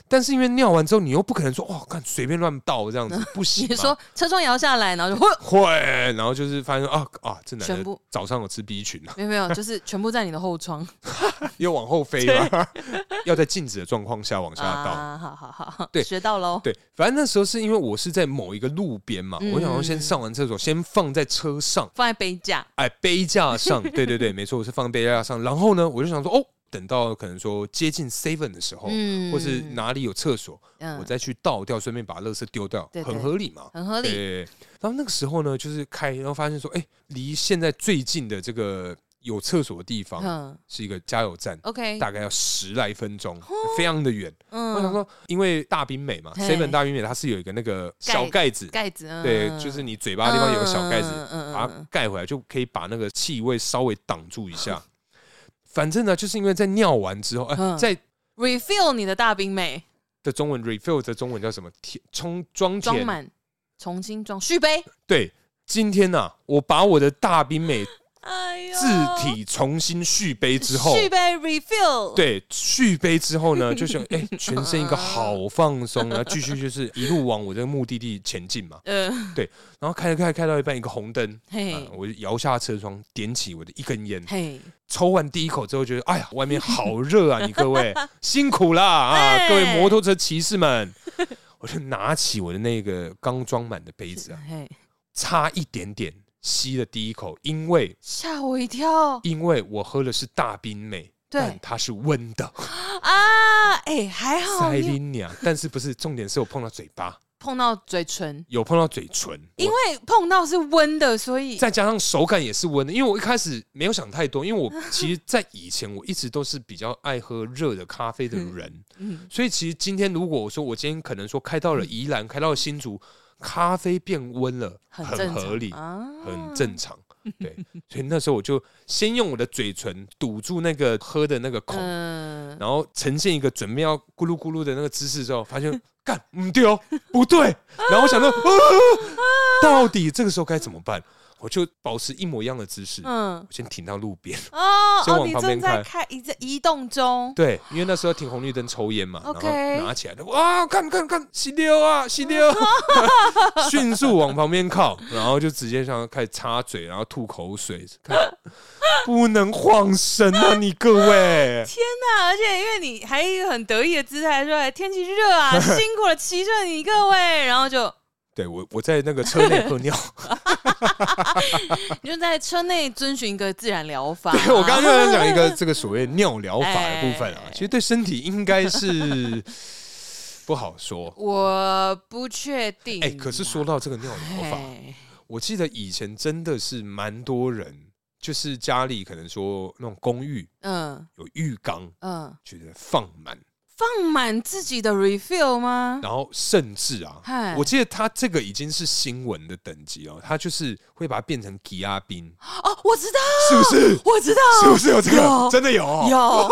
Speaker 1: 但是因为尿完之后，你又不可能说哇，看随便乱倒这样子，不行嘛。
Speaker 2: 你说车窗摇下来，然后就 呼，
Speaker 1: 会，然后就是发现啊啊，这男
Speaker 2: 全
Speaker 1: 的
Speaker 2: 部
Speaker 1: 早上有吃 B 群啊，
Speaker 2: 没有没有，就是全部在你的后窗
Speaker 1: 又往后飞了， 要在静止的状况下往下倒。
Speaker 2: 啊！好好好，
Speaker 1: 对
Speaker 2: 学到喽。
Speaker 1: 对，反正那时候是因为我是在某一个路边嘛，
Speaker 2: 嗯
Speaker 1: 我想要先上完厕所，先放在车上，
Speaker 2: 放在杯架，
Speaker 1: 哎，杯架 上，对对对，没错，我是放杯架上。然后呢，我就想说，哦，等到可能说接近 seven 的时候，
Speaker 2: 嗯
Speaker 1: 或是哪里有厕所，
Speaker 2: 嗯
Speaker 1: 我再去倒掉，顺便把垃圾丢掉，
Speaker 2: 对对
Speaker 1: 很合理嘛。
Speaker 2: 很合理。
Speaker 1: 对，然后那个时候呢，就是开，然后发现说，哎、离现在最近的这个有厕所的地方、
Speaker 2: 嗯
Speaker 1: 是一个加油站，
Speaker 2: ，OK，
Speaker 1: 大概要十来分钟，非常的远。我想
Speaker 2: 哦嗯，
Speaker 1: 说，因为大冰美嘛
Speaker 2: 嘿
Speaker 1: ，seven 大冰美它是有一个那个小盖子，
Speaker 2: 盖子，嗯
Speaker 1: 对，就是你嘴巴的地方有个小盖子，
Speaker 2: 嗯嗯嗯
Speaker 1: 把
Speaker 2: 嗯
Speaker 1: 它
Speaker 2: 嗯
Speaker 1: 盖回来就可以把那个气味稍微挡住一下。反正呢，就是因为在尿完之后，哎、
Speaker 2: 嗯
Speaker 1: 在
Speaker 2: ，refill 你的大冰美，
Speaker 1: 的中文 refill 的中文叫什么？填充装
Speaker 2: 装
Speaker 1: 填
Speaker 2: 满，重新装，续杯。
Speaker 1: 对，今天呐、我把我的大冰美
Speaker 2: 哎呦，
Speaker 1: 字体重新续杯之后，
Speaker 2: 续杯 refill，，
Speaker 1: 对续杯之后 呢，就是哎、全身一个好放松，然后继续就是一路往我这个目的地前进嘛。
Speaker 2: 呃，
Speaker 1: 然后开开开到一半，一个红灯，啊
Speaker 2: 嘿，
Speaker 1: 我就摇下车窗，点起我的一根烟，
Speaker 2: 嘿，
Speaker 1: 抽完第一口之后，觉得哎呀，外面好热啊！你各 位辛苦啦啊，
Speaker 2: 哎
Speaker 1: 各位摩托车骑士们，我就拿起我的那个刚装满的杯 子啊，
Speaker 2: 嘿，
Speaker 1: 差一点点吸了第一口，因为
Speaker 2: 吓我一跳
Speaker 1: 因为我喝的是大冰美，
Speaker 2: 对
Speaker 1: 但它是温的，
Speaker 2: 啊！哎，还好
Speaker 1: 塞
Speaker 2: 你有
Speaker 1: 琳尼亚，但是不是重点是我碰到嘴巴，
Speaker 2: 碰到嘴唇，
Speaker 1: 有碰到嘴唇，
Speaker 2: 因为碰到是温的，所以
Speaker 1: 再加上手感也是温的，因为我一开始没有想太多，因为我其实，在以前我一直都是比较爱喝热的咖啡的人，
Speaker 2: 嗯，
Speaker 1: 所以其实今天如果我说我今天可能说开到了宜兰，开到了新竹，咖啡变温了，很
Speaker 2: 很正常
Speaker 1: 合理，
Speaker 2: 啊，
Speaker 1: 很正常。对，所以那时候我就先用我的嘴唇堵住那个喝的那个口，
Speaker 2: 嗯，
Speaker 1: 然后呈现一个准备要咕噜咕噜的那个姿势之后，发现 干唔对哦，不对，然后我想 到，啊到底这个时候该怎么办？我就保持一模一样的姿势，我
Speaker 2: 嗯，
Speaker 1: 先停到路边，
Speaker 2: 哦
Speaker 1: 先
Speaker 2: 哦，
Speaker 1: 往
Speaker 2: 你
Speaker 1: 旁边
Speaker 2: 正
Speaker 1: 看
Speaker 2: 在开移在移动中，
Speaker 1: 对，因为那时候停红绿灯抽烟嘛，然后
Speaker 2: OK
Speaker 1: 拿起来，哇，看看看，吸溜啊， 吸溜，迅速往旁边靠，然后就直接像开始擦嘴，然后吐口水，看不能晃神啊，你各位，
Speaker 2: 那而且因为你还有一个很得意的姿态说，哎，天气热 啊，辛苦了，骑着你各位，然后就
Speaker 1: 对我我在那个车内喝尿。
Speaker 2: 你就在车内遵循一个自然疗法，
Speaker 1: 对我刚刚又想讲一 个这个所谓尿疗法的部分啊
Speaker 2: 哎，
Speaker 1: 其实对身体应该是不好说。
Speaker 2: 我不确定，
Speaker 1: 哎、可是说到这个尿疗法，
Speaker 2: 哎
Speaker 1: 我记得以前真的是蛮多人，就是家里可能说那种公寓
Speaker 2: 嗯
Speaker 1: 有浴缸，
Speaker 2: 嗯，
Speaker 1: 觉得放满，
Speaker 2: 放满自己的 refill 吗？
Speaker 1: 然后甚至啊
Speaker 2: 嗨，
Speaker 1: 我记得他这个已经是新闻的等级哦，他就是会把它变成吉亚 宾，
Speaker 2: 哦，我知道，
Speaker 1: 是不是？
Speaker 2: 我知道，
Speaker 1: 是不是有这个
Speaker 2: 有？
Speaker 1: 真的有哦，
Speaker 2: 有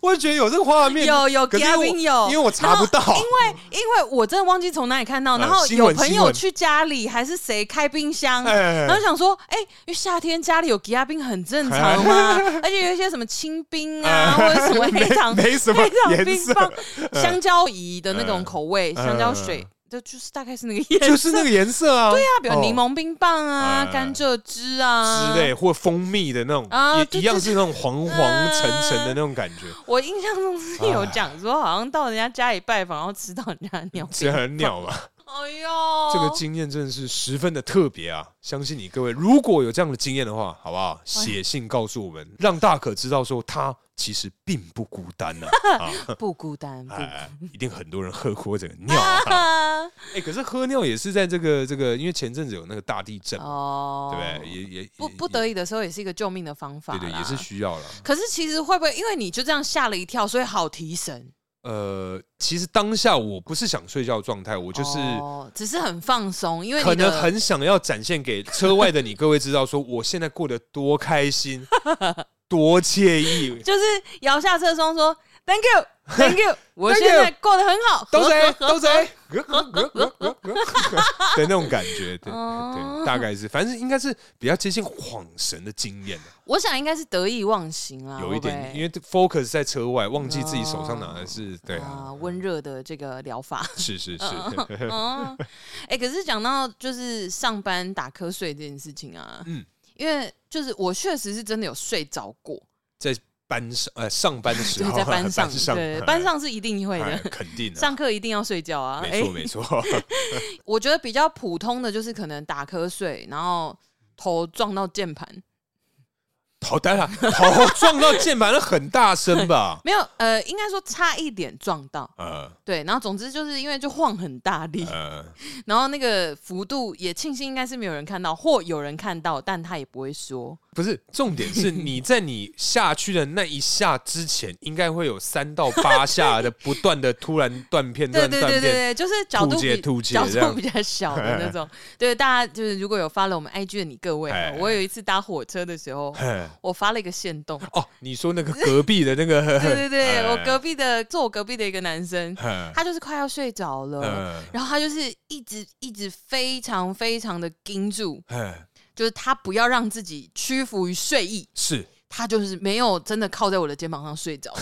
Speaker 1: 我就觉得有这个画面，
Speaker 2: 有有
Speaker 1: 可是因为我
Speaker 2: Gavin
Speaker 1: 因
Speaker 2: 有
Speaker 1: 为我查不到，啊
Speaker 2: 因为因为我真的忘记从哪里看到，
Speaker 1: 嗯
Speaker 2: 然后
Speaker 1: 新
Speaker 2: 有
Speaker 1: 闻
Speaker 2: 朋
Speaker 1: 新
Speaker 2: 友
Speaker 1: 闻
Speaker 2: 去家里还是谁开冰箱，
Speaker 1: 哎
Speaker 2: 然后想说，哎、因为夏天家里有吉亚冰很正常嘛， 而且有一些什么清冰啊，或者什么黑糖
Speaker 1: 哎没什么
Speaker 2: 黑糖
Speaker 1: 颜
Speaker 2: 冰
Speaker 1: 色，哎
Speaker 2: 棒、香蕉怡的那种
Speaker 1: 嗯
Speaker 2: 口味，
Speaker 1: 嗯
Speaker 2: 香蕉水。就就是大概是那 个颜 色，
Speaker 1: 就是那个颜色啊，对啊
Speaker 2: 比如柠檬冰棒啊、
Speaker 1: 嗯
Speaker 2: 甘蔗汁啊
Speaker 1: 之类，或蜂蜜的那种，
Speaker 2: 啊
Speaker 1: 也
Speaker 2: 对嗯
Speaker 1: 一样是那种黄黄沉沉的那种感觉，
Speaker 2: 我印象中是有讲说，好像到人家家里拜访，然后吃到人家的尿
Speaker 1: 这
Speaker 2: 冰。
Speaker 1: 很鸟嘛。
Speaker 2: 哎呦，
Speaker 1: 这个经验真的是十分的特别啊！相信你各位，如果有这样的经验的话，好不
Speaker 2: 哎
Speaker 1: 好？写信告诉我们，让大可知道说他其实并不孤单呢。 啊，
Speaker 2: 不孤单，不
Speaker 1: 哎，一定很多人喝过这个尿 啊！
Speaker 2: 啊
Speaker 1: 哎，可是喝尿也是在这个这个，因为前阵子有那个大地震嘛，对
Speaker 2: 哦
Speaker 1: 不对？也也
Speaker 2: 不
Speaker 1: 也
Speaker 2: 不得已的时候也是一个救命的方法
Speaker 1: 对对，
Speaker 2: 啦，
Speaker 1: 也是需要了。
Speaker 2: 可是其实会不会因为你就这样吓了一跳，所以好提神？
Speaker 1: 呃，其实当下我不是想睡觉的状态，我就是
Speaker 2: 哦、只是很放松，因为
Speaker 1: 可
Speaker 2: 你的
Speaker 1: 能很想要展现给车外的你各位知道，说我现在过得多开 心，多惬意。
Speaker 2: 就是摇下车窗说 Thank you Thank you，我现在过得很好，
Speaker 1: 都谁
Speaker 2: 呵呵呵
Speaker 1: 都谁的那种感觉，对
Speaker 2: 哦
Speaker 1: 对，大概是，反正应该是比较接近恍神的经验的，
Speaker 2: 我想应该是得意忘形啦，
Speaker 1: 有一
Speaker 2: 会啊不
Speaker 1: 点，
Speaker 2: 会
Speaker 1: 因为 focus 在车外，忘记自己手上拿的是，对啊，
Speaker 2: 啊温热的这个疗 法。
Speaker 1: 是 是是，
Speaker 2: 哦，哎、可是讲到就是上班打瞌睡这件事情啊，
Speaker 1: 嗯
Speaker 2: 因为就是我确实是真的有睡着过，
Speaker 1: 在班上呃上 班的时
Speaker 2: 就是
Speaker 1: 候，
Speaker 2: 在班上，
Speaker 1: 上
Speaker 2: 对，
Speaker 1: 哎
Speaker 2: 班上是一定会
Speaker 1: 哎
Speaker 2: 的，
Speaker 1: 肯定的，
Speaker 2: 上课一定要睡觉啊。
Speaker 1: 没错没错，
Speaker 2: 我觉得比较普通的就是可能打瞌睡，然后头撞到键盘，
Speaker 1: 头当然头撞到键盘了，很大声 吧？
Speaker 2: 没有，呃，应该说差一点撞到，
Speaker 1: 呃
Speaker 2: 对，然后总之就是因为就晃很大力，
Speaker 1: 呃，
Speaker 2: 然后那个幅度也庆幸应该是没有人看到，或有人看到，但他也不会说，
Speaker 1: 不是，重点是你在你下去的那一下之前，应该会有三到八下的不断的突然断片，突
Speaker 2: 对
Speaker 1: 然
Speaker 2: 对
Speaker 1: 断
Speaker 2: 对对
Speaker 1: 片。
Speaker 2: 对，就是角度
Speaker 1: 吐
Speaker 2: 比
Speaker 1: 解吐解
Speaker 2: 角
Speaker 1: 这样
Speaker 2: 度比较小的 那种，对，大家就是如果有发了我们 IG 的你各位啊，
Speaker 1: 哎
Speaker 2: 我有一次搭火车的时 候，
Speaker 1: 嘿
Speaker 2: 我发了一个线动。
Speaker 1: 哦，你说那个隔壁的那个，
Speaker 2: 对 对对，
Speaker 1: 哎
Speaker 2: 我隔壁的坐我隔壁的一个哦男生，
Speaker 1: 嘿
Speaker 2: 他就是快要睡着了，
Speaker 1: 嗯
Speaker 2: 然后他就是一直一直非常非常的盯住，
Speaker 1: 嘿
Speaker 2: 就是他不要让自己屈服于睡意，
Speaker 1: 是
Speaker 2: 他就是没有真的靠在我的肩膀上 睡着。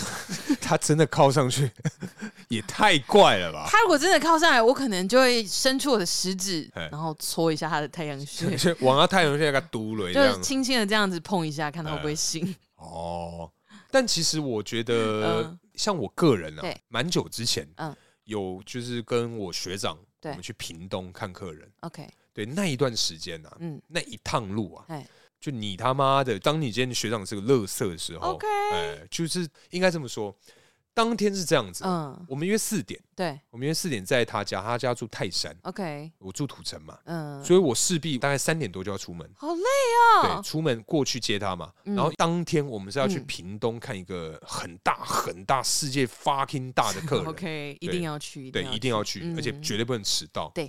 Speaker 1: 他真的靠上去， 也太怪了吧？
Speaker 2: 他如果真的靠上来，我可能就会伸出我的食指，
Speaker 1: 哎
Speaker 2: 然后搓一下他的太阳穴，
Speaker 1: 就 往他太阳哎穴给他嘟了
Speaker 2: 就
Speaker 1: 这
Speaker 2: 是
Speaker 1: 样。
Speaker 2: 轻轻的这样子碰一下，看他会不会醒。
Speaker 1: 哦，但其实我觉得
Speaker 2: 嗯，
Speaker 1: 像我个人啊
Speaker 2: 对，
Speaker 1: 蛮久之前，
Speaker 2: 嗯
Speaker 1: 有就是跟我学长，我
Speaker 2: 对
Speaker 1: 们去屏东看客人，
Speaker 2: OK，
Speaker 1: 对那一段时间啊，
Speaker 2: 嗯
Speaker 1: 那一趟路啊
Speaker 2: 哎，
Speaker 1: 就你他妈的，当你今天学长是个乐色的时候
Speaker 2: ，OK，，
Speaker 1: 哎，就是应该这么说。当天是这样子，
Speaker 2: 嗯，
Speaker 1: 我们约四点，
Speaker 2: 对
Speaker 1: 我们约四点在他家，他家住泰山，
Speaker 2: ，OK，
Speaker 1: 我住土城嘛，
Speaker 2: 嗯，
Speaker 1: 所以我势必大概三点多就要出门，
Speaker 2: 好累
Speaker 1: 对，
Speaker 2: 哦，
Speaker 1: 出门过去接他嘛。
Speaker 2: 嗯
Speaker 1: 然后当天我们是要去
Speaker 2: 嗯
Speaker 1: 屏东看一个很大很大、世界 fucking 大的客人，
Speaker 2: ，OK，一
Speaker 1: 对
Speaker 2: 定要去，
Speaker 1: 对，一定要去，
Speaker 2: 嗯
Speaker 1: 而且绝对不能迟到。
Speaker 2: 对。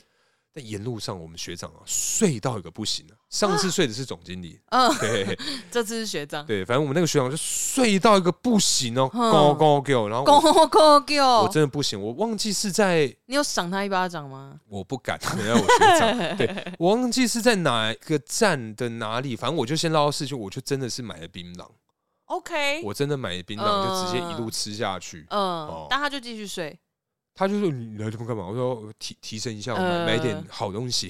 Speaker 1: 但沿路上，我们学长啊，睡到一个不行了、上次睡的是总经理，
Speaker 2: 嗯
Speaker 1: 对
Speaker 2: 这次是学长，
Speaker 1: 对，反正我们那个学长就睡到一个不行哦，
Speaker 2: 嗯
Speaker 1: 高高给我，然后
Speaker 2: 公
Speaker 1: 我
Speaker 2: 公给
Speaker 1: 我真的不行，我忘记是在
Speaker 2: 你有赏他一巴掌吗？
Speaker 1: 我不敢， 等下我学 长，对我忘记是在哪一个站的哪里，反正我就先唠到市区，我就真的是买了槟榔，
Speaker 2: OK，
Speaker 1: 我真的买了槟榔就直接一路吃下去。哦
Speaker 2: 嗯，但他就继续睡，
Speaker 1: 他就说你来这边干嘛？我说我提提升一下，我买
Speaker 2: 呃
Speaker 1: 买一点好东 西，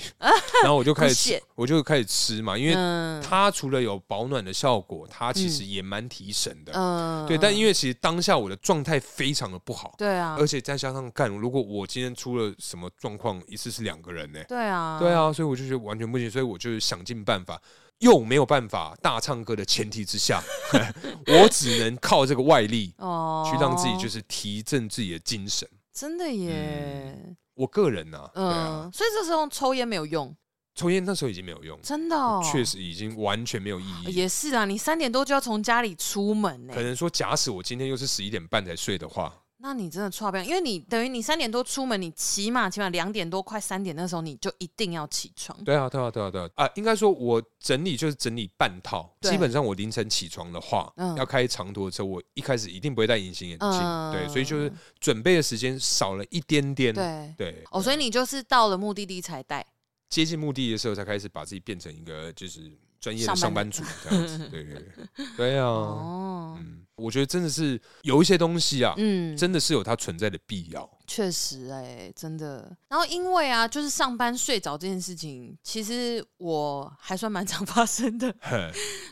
Speaker 1: 然后我就开始
Speaker 2: 不
Speaker 1: 吃
Speaker 2: 屑，
Speaker 1: 我就开始吃嘛，因为
Speaker 2: 嗯
Speaker 1: 它除了有保暖的效果，它其实也蛮提神的。
Speaker 2: 嗯
Speaker 1: 对，但因
Speaker 2: 为
Speaker 1: 为其实当下我的状态非常的不好，
Speaker 2: 对啊，
Speaker 1: 而且再加上干，如果我今天出了什么状况，一次是两个人呢、
Speaker 2: 对啊，
Speaker 1: 对，啊，所以我就觉得完全不行，所以我就想尽办法，又没有办法大唱歌的前提之下， 我只能靠这个外力
Speaker 2: 哦，
Speaker 1: 去让自己就是提振自己的精神。
Speaker 2: 真的耶，
Speaker 1: 我个人呢、啊，对啊，
Speaker 2: 嗯，所以这时候抽烟没有用，
Speaker 1: 抽烟那时候已经没有用，
Speaker 2: 真的哦，
Speaker 1: 确实已经完全没有意义。
Speaker 2: 也是啊，你三点多就要从家里出门呢
Speaker 1: 可，能说，假使我今天又是十一点半才睡的话，
Speaker 2: 那你真的错不了，因为你等于你三点多出门，你起码起码两点多快三点那时候你就一定要起床，
Speaker 1: 对啊，对啊，对啊，对啊，啊，应该说我整理就是整理半套，
Speaker 2: 对
Speaker 1: 基本上我凌晨起床的话，
Speaker 2: 嗯
Speaker 1: 要开长途的车，我一开始一定不会戴隐形眼镜，
Speaker 2: 嗯
Speaker 1: 对，所以就是准备的时间少了一点点，
Speaker 2: 对，
Speaker 1: 对，
Speaker 2: 哦，所以你就是到了目的地才带，
Speaker 1: 接近目的地的时候才开始把自己变成一个就是专业的上
Speaker 2: 上班
Speaker 1: 班族这样子，对对对，对啊，
Speaker 2: 哦，
Speaker 1: 嗯，我觉得真的是有一些东西啊，
Speaker 2: 嗯，
Speaker 1: 真的是有它存在的必要，
Speaker 2: 确实、哎，真的。然后因为啊，就是上班睡着这件事情，其实我还算蛮 常发生的。
Speaker 1: 嘿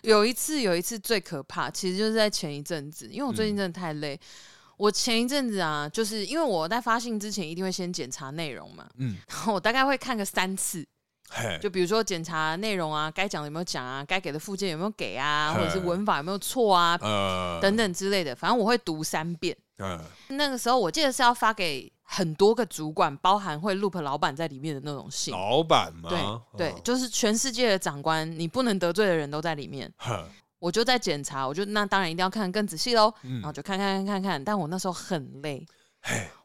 Speaker 2: 有一次，有一次最可怕，其实就是在前一阵子，因为我最近真的太累。我前一阵子啊，就是因为我在发信之前一定会先检查内容嘛，
Speaker 1: 嗯，
Speaker 2: 然后我大概会看个三次，
Speaker 1: 嘿，
Speaker 2: 就比如说检查内容啊，该讲的有没有讲啊，该给的附件有没有给啊，
Speaker 1: 嘿
Speaker 2: 或者是文法有没有错啊，
Speaker 1: 呃，
Speaker 2: 等等之类的，反正我会读三遍。
Speaker 1: 呃，
Speaker 2: 那个时候我记得是要发给很多个主管，包含会 loop 老板在里面的那种信。
Speaker 1: 老板嘛，
Speaker 2: 对、对，
Speaker 1: 哦，
Speaker 2: 就是全世界的长官，你不能得罪的人都在里面。
Speaker 1: 呵
Speaker 2: 我就在检查，我就那当然一定要看得更仔细喽，
Speaker 1: 嗯
Speaker 2: 然后就看看看看看。但我那时候很累，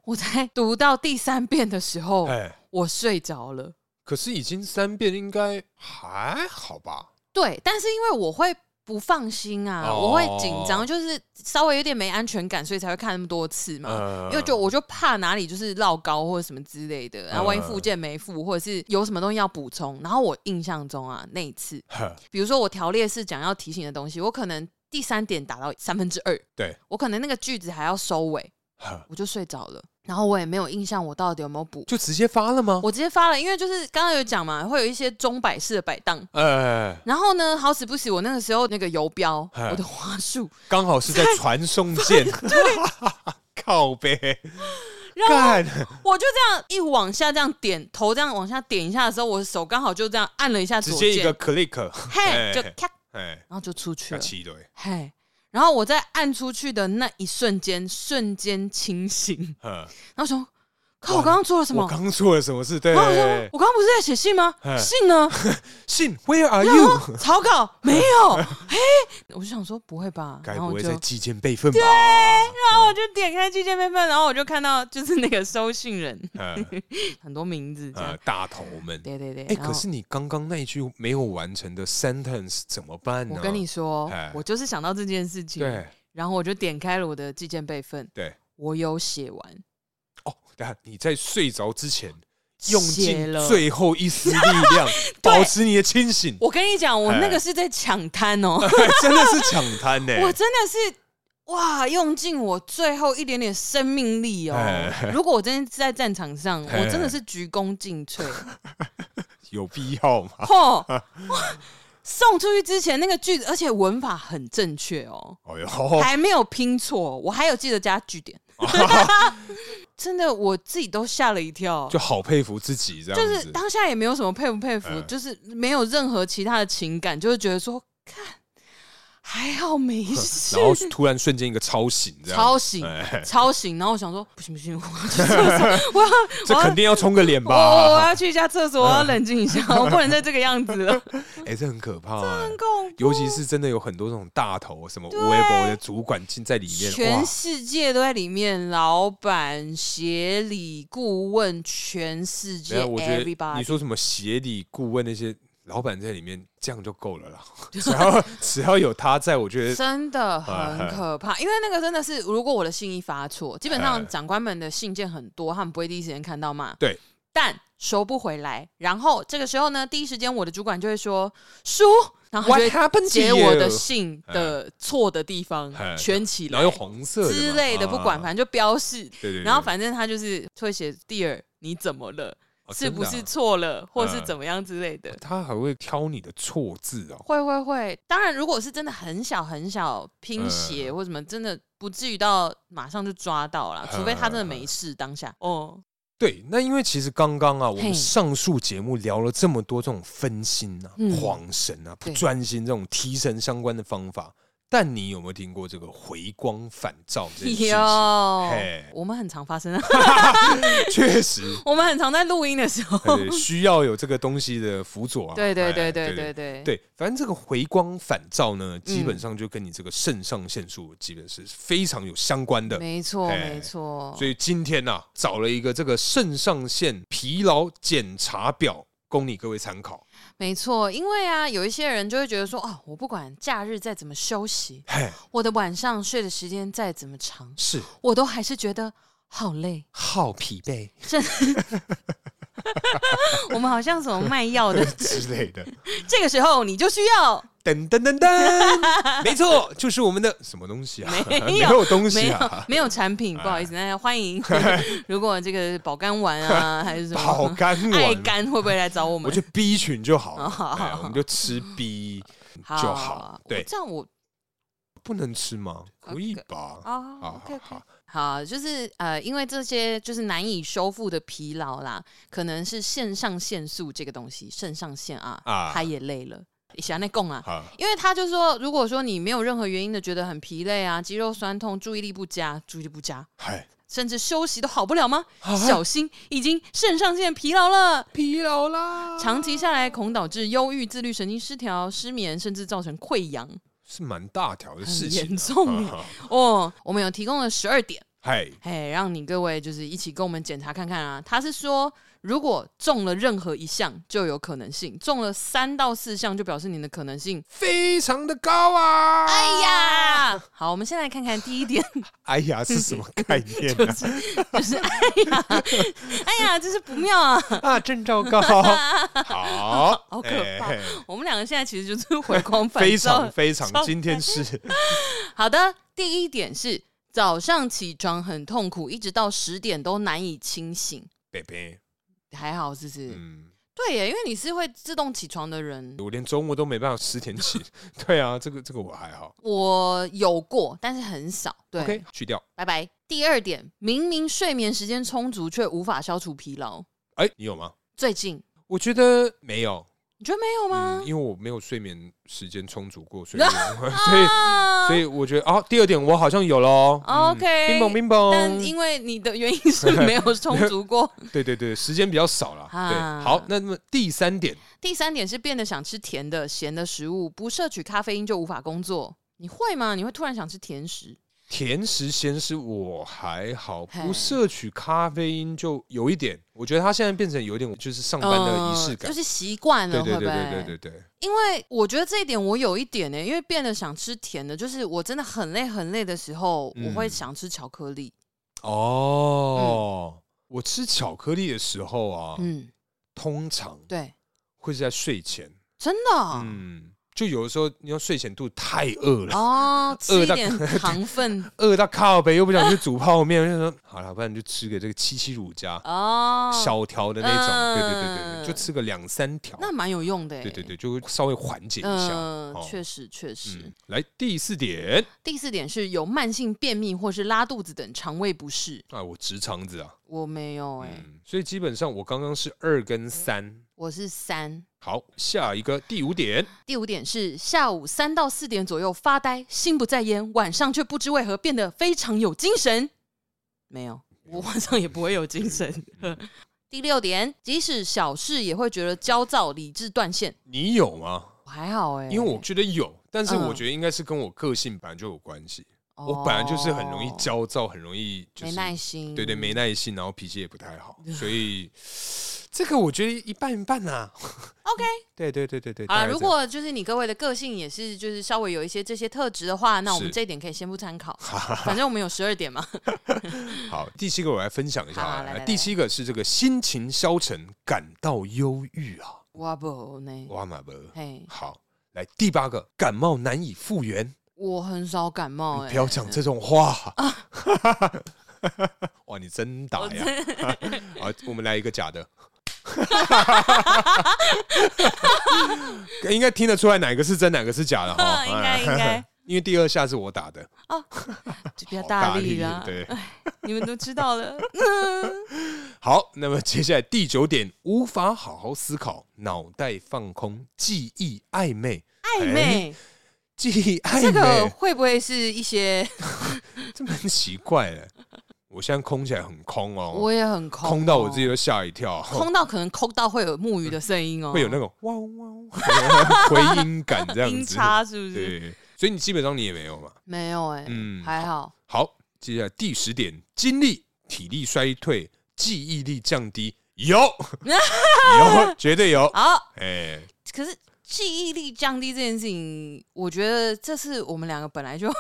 Speaker 2: 我在读到第三遍的时候，
Speaker 1: 嘿。
Speaker 2: 我睡着了。
Speaker 1: 可是已经三遍，应该还好吧？
Speaker 2: 对，但是因为我会不放心啊，
Speaker 1: 哦
Speaker 2: 我会紧张，就是稍微有点没安全感，所以才会看那么多次嘛。
Speaker 1: 呃
Speaker 2: 因为就我就怕哪里就是落高或者什么之类的，然后
Speaker 1: 嗯
Speaker 2: 万一附件没附，或者是有什么东西要补充。然后我印象中啊，那一次，
Speaker 1: 呵
Speaker 2: 比如说我条列式讲要提醒的东西，我可能第三点打到三分之二，
Speaker 1: 对
Speaker 2: 我可能那个句子还要收尾，
Speaker 1: 呵，
Speaker 2: 我就睡着了。然后我也没有印象我到底有没有补，
Speaker 1: 就直接发了吗？
Speaker 2: 我直接发了，因为就是刚刚有讲嘛，会有一些钟摆式的摆荡。
Speaker 1: 呃，
Speaker 2: 然后呢，好死不死，我那个时候那个游标，
Speaker 1: 哎
Speaker 2: 我的话术，
Speaker 1: 刚好是在传送 键，靠背，
Speaker 2: 然后
Speaker 1: 干，
Speaker 2: 我就这样一往下这样点头，这样往下点一下的时候，我的手刚好就这样按了一下
Speaker 1: 直
Speaker 2: 左
Speaker 1: 接一
Speaker 2: 键
Speaker 1: 个，click，
Speaker 2: 嘿，就咔，
Speaker 1: 哎，
Speaker 2: 然后就出去
Speaker 1: 要
Speaker 2: 了，
Speaker 1: 七对，
Speaker 2: 嘿。然后我在按出去的那一瞬间，瞬间清醒，
Speaker 1: 呵，
Speaker 2: 然后想，靠，我刚刚做了什么
Speaker 1: 我？刚哎做了什么事？对
Speaker 2: 然，后我说，我刚刚不是在写信吗
Speaker 1: 哎？
Speaker 2: 信呢？
Speaker 1: 信，Where are
Speaker 2: 然 后
Speaker 1: you？
Speaker 2: 草稿没有，嘿，我就想说不会吧，
Speaker 1: 该
Speaker 2: 然后
Speaker 1: 不
Speaker 2: 我
Speaker 1: 会
Speaker 2: 就
Speaker 1: 在寄件备份吧？
Speaker 2: 然后我就点开寄件备份，然后我就看到就是那个收信人
Speaker 1: 呃
Speaker 2: 很多名 字这样
Speaker 1: 呃，，大头们，
Speaker 2: 对对对。
Speaker 1: 哎，
Speaker 2: 然后
Speaker 1: 可是你刚刚那一句没有完成的 sentence 怎么办呢？
Speaker 2: 我跟你说
Speaker 1: 哎，
Speaker 2: 我就是想到这件事情，
Speaker 1: 哦对
Speaker 2: 然后我就点开了我的寄件备份，
Speaker 1: 对，
Speaker 2: 我有写完，
Speaker 1: 哦，等下你在睡着之前用
Speaker 2: 写
Speaker 1: 尽
Speaker 2: 了
Speaker 1: 最后一丝力 量，保持你的清醒，
Speaker 2: 我跟你讲，我
Speaker 1: 哎
Speaker 2: 那个是在抢滩哦，
Speaker 1: 真的是抢滩欸呢。
Speaker 2: 我真的是。哇，用尽我最后一点点生命力哦
Speaker 1: 哎！
Speaker 2: 如果我真的是在战场上，
Speaker 1: 哎
Speaker 2: 我真的是鞠躬尽 瘁。
Speaker 1: 有必要吗？
Speaker 2: 嚯，哇！送出去之前那个句子，而且文法很正确哦。
Speaker 1: 哎呦，
Speaker 2: 还没有拼错，我还有记得加 句点。 真的，我自己都吓了一跳。
Speaker 1: 就好佩服自己这
Speaker 2: 就
Speaker 1: 样
Speaker 2: 是
Speaker 1: 子。
Speaker 2: 当下也没有什么佩不佩服，
Speaker 1: 嗯
Speaker 2: 就是没有任何其他的情感，就是觉得说，看还好没 事
Speaker 1: 然。后突然瞬间一个超醒，这样
Speaker 2: 超醒
Speaker 1: 哎，
Speaker 2: 超醒，然后我想说不行不行，我要去厕所，我要
Speaker 1: 这肯定要冲个脸
Speaker 2: 我要我
Speaker 1: 吧？
Speaker 2: 要去一下厕所，我要冷静 一下，我不能再这个样子了，
Speaker 1: 哎，这很可怕，哎
Speaker 2: 很恐怖。
Speaker 1: 尤其是真的有很多这种大头，什么微博的主管进在里面，哇
Speaker 2: 全，世界都在里面，老板、协理、顾问，全世
Speaker 1: 没
Speaker 2: 界
Speaker 1: 有，我觉得你
Speaker 2: ，everybody。
Speaker 1: 说什么协理顾问那些老板在里面，这样就够了啦。 只要只要有他在，我觉 得
Speaker 2: 真的很可怕，因为那个真的是，如果我的信一发错，基本
Speaker 1: 哎
Speaker 2: 上长官们的信件很多，他们不会第一时间看到嘛。
Speaker 1: 对，
Speaker 2: 但收不回来。然后这个时候呢，第一时间我的主管就会说：“叔。”然后
Speaker 1: What
Speaker 2: 他就
Speaker 1: happened to
Speaker 2: 会截我
Speaker 1: you？
Speaker 2: 的信的错的地方
Speaker 1: 哎
Speaker 2: 圈起
Speaker 1: 然
Speaker 2: 来
Speaker 1: 后又红色的
Speaker 2: 之
Speaker 1: 嘛
Speaker 2: 类的，不管，
Speaker 1: 啊嗯
Speaker 2: 反正就标示。
Speaker 1: 对对，
Speaker 2: 然后
Speaker 1: 对
Speaker 2: 反正他就是会写第二，你怎么了？
Speaker 1: 哦
Speaker 2: 是
Speaker 1: 真
Speaker 2: 不
Speaker 1: 的啊
Speaker 2: 是错了，或是
Speaker 1: 嗯
Speaker 2: 怎么样之类的？
Speaker 1: 他还会挑你的错字哦？
Speaker 2: 会会会，当然，如果是真的很小很小
Speaker 1: 嗯
Speaker 2: 拼写或什么，真的不至于到马上就抓到啦，
Speaker 1: 嗯
Speaker 2: 除非他真的没事当下。 哦，
Speaker 1: 对，那因为其实刚刚啊，我们
Speaker 2: 嘿
Speaker 1: 上述节目聊了这么多这种分心啊、
Speaker 2: 嗯
Speaker 1: 恍神啊、不
Speaker 2: 对
Speaker 1: 专心这种提神相关的方法，但你有没有听过这个回光返照这 件事
Speaker 2: 有
Speaker 1: 情？嘿，
Speaker 2: 我们很常发生啊，
Speaker 1: 确实，
Speaker 2: 我们很常在录音的时候，
Speaker 1: 对需要有这个东西的辅佐啊。
Speaker 2: 对对对
Speaker 1: 哎
Speaker 2: 对对
Speaker 1: 对
Speaker 2: 对，嗯
Speaker 1: 对，反正这个回光返照呢，基本上就跟你这个肾上腺素基本是非常有相关的。
Speaker 2: 没错
Speaker 1: 哎
Speaker 2: 没错
Speaker 1: 所，以今天呐、找了一个这个肾上腺疲劳检查表供你各位参考。
Speaker 2: 没错，因为啊，有一些人就会觉得说，哦，我不管假日再怎么休息，
Speaker 1: 嘿，
Speaker 2: 我的晚上睡的时间再怎么长，
Speaker 1: 是
Speaker 2: 我都还是觉得好累。
Speaker 1: 好疲惫
Speaker 2: 我们好像什么卖药的，
Speaker 1: 之类的。
Speaker 2: 这个时候你就需要
Speaker 1: 噔噔噔噔，没错，就是我们的什么东西啊？
Speaker 2: 没有
Speaker 1: 没有东
Speaker 2: 没
Speaker 1: 西
Speaker 2: 有
Speaker 1: 啊，
Speaker 2: 没有产品，不好意思，那 欢迎如果这个保肝丸啊还是什
Speaker 1: 保
Speaker 2: 么
Speaker 1: 肝
Speaker 2: 爱
Speaker 1: 丸。
Speaker 2: 肝会不会来找我
Speaker 1: 我
Speaker 2: 们？
Speaker 1: 就 B 群就好
Speaker 2: 哦好
Speaker 1: 了，
Speaker 2: 好
Speaker 1: 哎我们就吃 B 就好。对，
Speaker 2: 这样我
Speaker 1: 不能吃吗？可以吧？
Speaker 2: 啊
Speaker 1: 好
Speaker 2: ，OK
Speaker 1: 好
Speaker 2: OK。
Speaker 1: 好，
Speaker 2: 好，就是呃，因为这些就是难以修复的疲劳啦，可能是肾上腺素这个东西，肾上腺啊，
Speaker 1: 啊
Speaker 2: 他也累了，喜欢那供啊，
Speaker 1: 好，
Speaker 2: 因为他就说，如果说你没有任何原因的觉得很疲累啊，肌肉酸痛、注意力不佳、注意力不佳，
Speaker 1: 嗨，
Speaker 2: 甚至休息都好不了吗？
Speaker 1: 啊
Speaker 2: 小心，已经肾上腺疲劳了。
Speaker 1: 疲劳啦，
Speaker 2: 长期下来，恐导致忧郁、自律神经失调、失眠，甚至造成溃疡，
Speaker 1: 是蛮大条的事
Speaker 2: 很
Speaker 1: 情
Speaker 2: 严
Speaker 1: 啊。
Speaker 2: 重耶
Speaker 1: 啊
Speaker 2: 哦。我们有提供了十二点，
Speaker 1: 嗨，
Speaker 2: 哎，让你各位就是一起跟我们检查看看啊。他是说，如果中了任何一项就有可能性，中了三到四项就表示你的可能性。
Speaker 1: 非常的高啊！
Speaker 2: 哎，呀，好，我们先来看看第 一点，
Speaker 1: 哎呀，是什么概念啊呢、
Speaker 2: 就是哎呀，哎呀，真是不妙啊！
Speaker 1: 啊？真糟 糕，好，
Speaker 2: 好可
Speaker 1: 哎
Speaker 2: 怕我们两个现在其实就是回光返照，
Speaker 1: 非常非常
Speaker 2: 糟，糕
Speaker 1: 今天 是
Speaker 2: 好的，第一点是早上起床很痛苦，一直到十点都难以清醒。
Speaker 1: 北北，
Speaker 2: 还好，是不是？
Speaker 1: 嗯，
Speaker 2: 对耶，因为你是会自动起床的人。
Speaker 1: 我连周末都没办法十点 起，对啊，这个这个我还好
Speaker 2: 我有过，但是很少。对
Speaker 1: ，OK，去掉。
Speaker 2: 拜拜。第二点，明明睡眠时间充足，却无法消除疲劳。
Speaker 1: 哎、你有吗？
Speaker 2: 最近
Speaker 1: 我觉得没有，
Speaker 2: 你觉得没有吗
Speaker 1: 嗯，？因为我没有睡眠时间充足过， 所以我所以
Speaker 2: 啊
Speaker 1: 嗯所以我觉得啊，第二点我好像有喽。嗯
Speaker 2: 哦 OK
Speaker 1: 冰崩冰
Speaker 2: 但
Speaker 1: 崩，
Speaker 2: 因为你的原因是没有充足过。
Speaker 1: 对对对，时间比较少啦。
Speaker 2: 啊
Speaker 1: 对，好，那么第三点，
Speaker 2: 第三点是变得想吃甜的、咸的食物，不摄取咖啡因就无法工作。你会吗？你会突然想吃甜食？
Speaker 1: 甜食咸食我还好，
Speaker 2: 嘿
Speaker 1: 不摄取咖啡因就有一点，我觉得它现在变成有一点就是上班的仪式
Speaker 2: 嗯
Speaker 1: 感
Speaker 2: 就。是习惯了，
Speaker 1: 对对
Speaker 2: 会不
Speaker 1: 对对
Speaker 2: 会？
Speaker 1: 对对对，
Speaker 2: 因为我觉得这一点我有一点呢、因为变得想吃甜的，就是我真的很累很累的时候，
Speaker 1: 嗯
Speaker 2: 我会想吃巧克力。
Speaker 1: 哦，我吃巧克力的时候啊，
Speaker 2: 嗯，
Speaker 1: 通常
Speaker 2: 对，
Speaker 1: 会是在睡前，
Speaker 2: 真的哦、
Speaker 1: 嗯，就有的时候你要睡前肚子太饿了，
Speaker 2: 哦，吃
Speaker 1: 饿
Speaker 2: 一
Speaker 1: 到
Speaker 2: 点糖 分
Speaker 1: 饿到靠背又不想去煮泡 面，就说好了，不然就吃个这个七七乳加
Speaker 2: 哦，
Speaker 1: 小条的那种，
Speaker 2: 嗯
Speaker 1: 对对对对对，就吃个两三条，
Speaker 2: 那蛮有用的、欸。
Speaker 1: 对对对，就会稍微缓解一下。
Speaker 2: 嗯
Speaker 1: 哦，
Speaker 2: 确实确实、
Speaker 1: 嗯，来第四点
Speaker 2: 第四点是有慢性便秘或是拉肚子等肠胃不适，
Speaker 1: 啊，我直肠子啊，
Speaker 2: 我没有哎、
Speaker 1: 嗯，所以基本上我刚刚是二跟三，
Speaker 2: 我是三。
Speaker 1: 好，下一个第五点，
Speaker 2: 第五点是下午三到四点左右发呆，心不在焉，晚上却不知为何变得非常有精神。没有，我晚上也不会有精神。
Speaker 1: 嗯
Speaker 2: 第六点，即使小事也会觉得焦躁，理智断线。
Speaker 1: 你有吗？
Speaker 2: 我还好哎、
Speaker 1: 因为我觉得有，但是
Speaker 2: 嗯
Speaker 1: 我觉得应该是跟我个性本来就有关系。
Speaker 2: 哦
Speaker 1: 我本来就是很容易焦躁，很容易就是
Speaker 2: 没耐心，
Speaker 1: 对对，没耐心，然后脾气也不太 好，所以这个我觉得一半一半啊。
Speaker 2: OK
Speaker 1: 对对对对对。
Speaker 2: 好
Speaker 1: 大
Speaker 2: 啦，
Speaker 1: 概
Speaker 2: 如
Speaker 1: 这样
Speaker 2: 果就是你各位的个性也是就是稍微有一些这些特质的话，那我们
Speaker 1: 是
Speaker 2: 这一点可以先不参考，反正我们有十二点嘛。
Speaker 1: 好，第七个我来分享一下
Speaker 2: 好
Speaker 1: 啊。
Speaker 2: 好来来来
Speaker 1: 第七个是这个心情消沉，感到忧郁啊，
Speaker 2: 哇不呢，
Speaker 1: 哇马 伯。
Speaker 2: 嘿，
Speaker 1: 好，来第八个，感冒难以复原，
Speaker 2: 我很少感
Speaker 1: 你
Speaker 2: 冒哎、 啊
Speaker 1: 不要讲这种话。哇，你真打呀！好，我们来一个假的。应该听得出来哪个是真，哪个是 假的哈。哎
Speaker 2: 应该应该，
Speaker 1: 因为第二下是我打的，
Speaker 2: 就比较
Speaker 1: 啊好
Speaker 2: 大
Speaker 1: 力
Speaker 2: 力啦，
Speaker 1: 对，
Speaker 2: 你们都知 道了。
Speaker 1: 好，那么接下来第九点，无法好好思考，脑袋放空，记忆暧昧，
Speaker 2: 暧昧，
Speaker 1: 记忆哎暧
Speaker 2: 这个
Speaker 1: 昧，
Speaker 2: 会不会是一些？
Speaker 1: 这蛮奇怪的。我现在空起来很空哦，
Speaker 2: 我也哦很空、
Speaker 1: 空到我自己。都吓一跳，
Speaker 2: 空到可能空到会有木鱼的声音哦，
Speaker 1: 会有那种汪汪哦 回音感这样
Speaker 2: 音
Speaker 1: 子。
Speaker 2: 叉是不是？
Speaker 1: 对，所以你基本上你也没有嘛。
Speaker 2: 没有哎、
Speaker 1: 嗯，
Speaker 2: 还好。
Speaker 1: 好，接下来第十点，精力、体力衰退、记忆力降低， 有有，绝对有。
Speaker 2: 好，
Speaker 1: 哎，
Speaker 2: 可是记忆力降低这件事情，我觉得这是我们两个本来就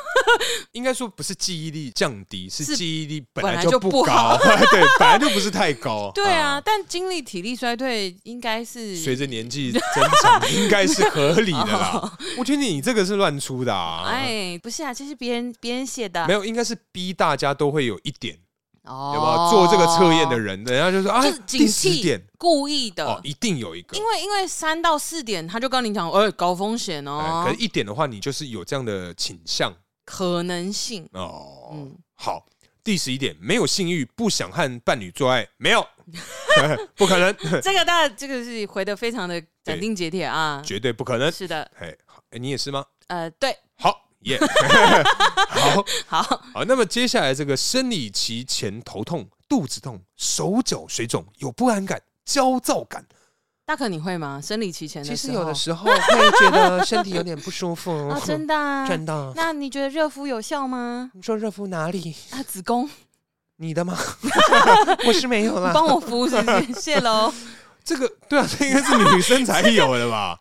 Speaker 1: 应该说不是记忆力降低，是
Speaker 2: 是
Speaker 1: 记忆力本
Speaker 2: 本
Speaker 1: 来
Speaker 2: 来
Speaker 1: 就
Speaker 2: 就
Speaker 1: 不
Speaker 2: 不
Speaker 1: 高
Speaker 2: 好，
Speaker 1: 对，本来就不是太高。
Speaker 2: 对啊，，但精力体力衰退应该是
Speaker 1: 随着年纪增长，应该是合理的 啦。我觉得你这个是乱出的啊。
Speaker 2: 哦哎，不是啊，这是别人别人写的啊
Speaker 1: 没有，应该是逼大家都会有一点，
Speaker 2: 哦
Speaker 1: 有没有？做这个测验的人，人家就说啊
Speaker 2: 就是，警
Speaker 1: 第十
Speaker 2: 惕
Speaker 1: 点，
Speaker 2: 故意的，
Speaker 1: 哦，一定有一个
Speaker 2: 因。为因为三到四点他就跟你讲，哎、高风险
Speaker 1: 哎
Speaker 2: 哦，
Speaker 1: 可是一点的话，你就是有这样的倾向
Speaker 2: 可能性，
Speaker 1: 哦
Speaker 2: 嗯。
Speaker 1: 好，第十一点，没有性欲，不想和伴侣做爱，没有， 不可 能，
Speaker 2: 这个大家这个是回的非常的斩钉截铁啊，
Speaker 1: 绝对不可能。
Speaker 2: 是的，
Speaker 1: 哎，好哎你也是吗？
Speaker 2: 呃，对，
Speaker 1: 好耶 好
Speaker 2: 好，
Speaker 1: 好。那么接下来这个生理期前头痛、肚子痛、手脚水肿、有不安感、焦躁感，
Speaker 2: 大可你会吗？生理期前的
Speaker 1: 其
Speaker 2: 时
Speaker 1: 实
Speaker 2: 候
Speaker 1: 有的时候会觉得身体有点不舒 服，
Speaker 2: 啊，真 的、啊，
Speaker 1: 真的。
Speaker 2: 那你觉得热敷有 效吗？
Speaker 1: 你说热敷哪里？
Speaker 2: 啊，子 宫，
Speaker 1: 你 的吗？ 我是没有
Speaker 2: 你
Speaker 1: 啦。
Speaker 2: 帮我敷是不是？谢喽。
Speaker 1: 这个对啊，这应该是女生才有的吧？
Speaker 2: 啊，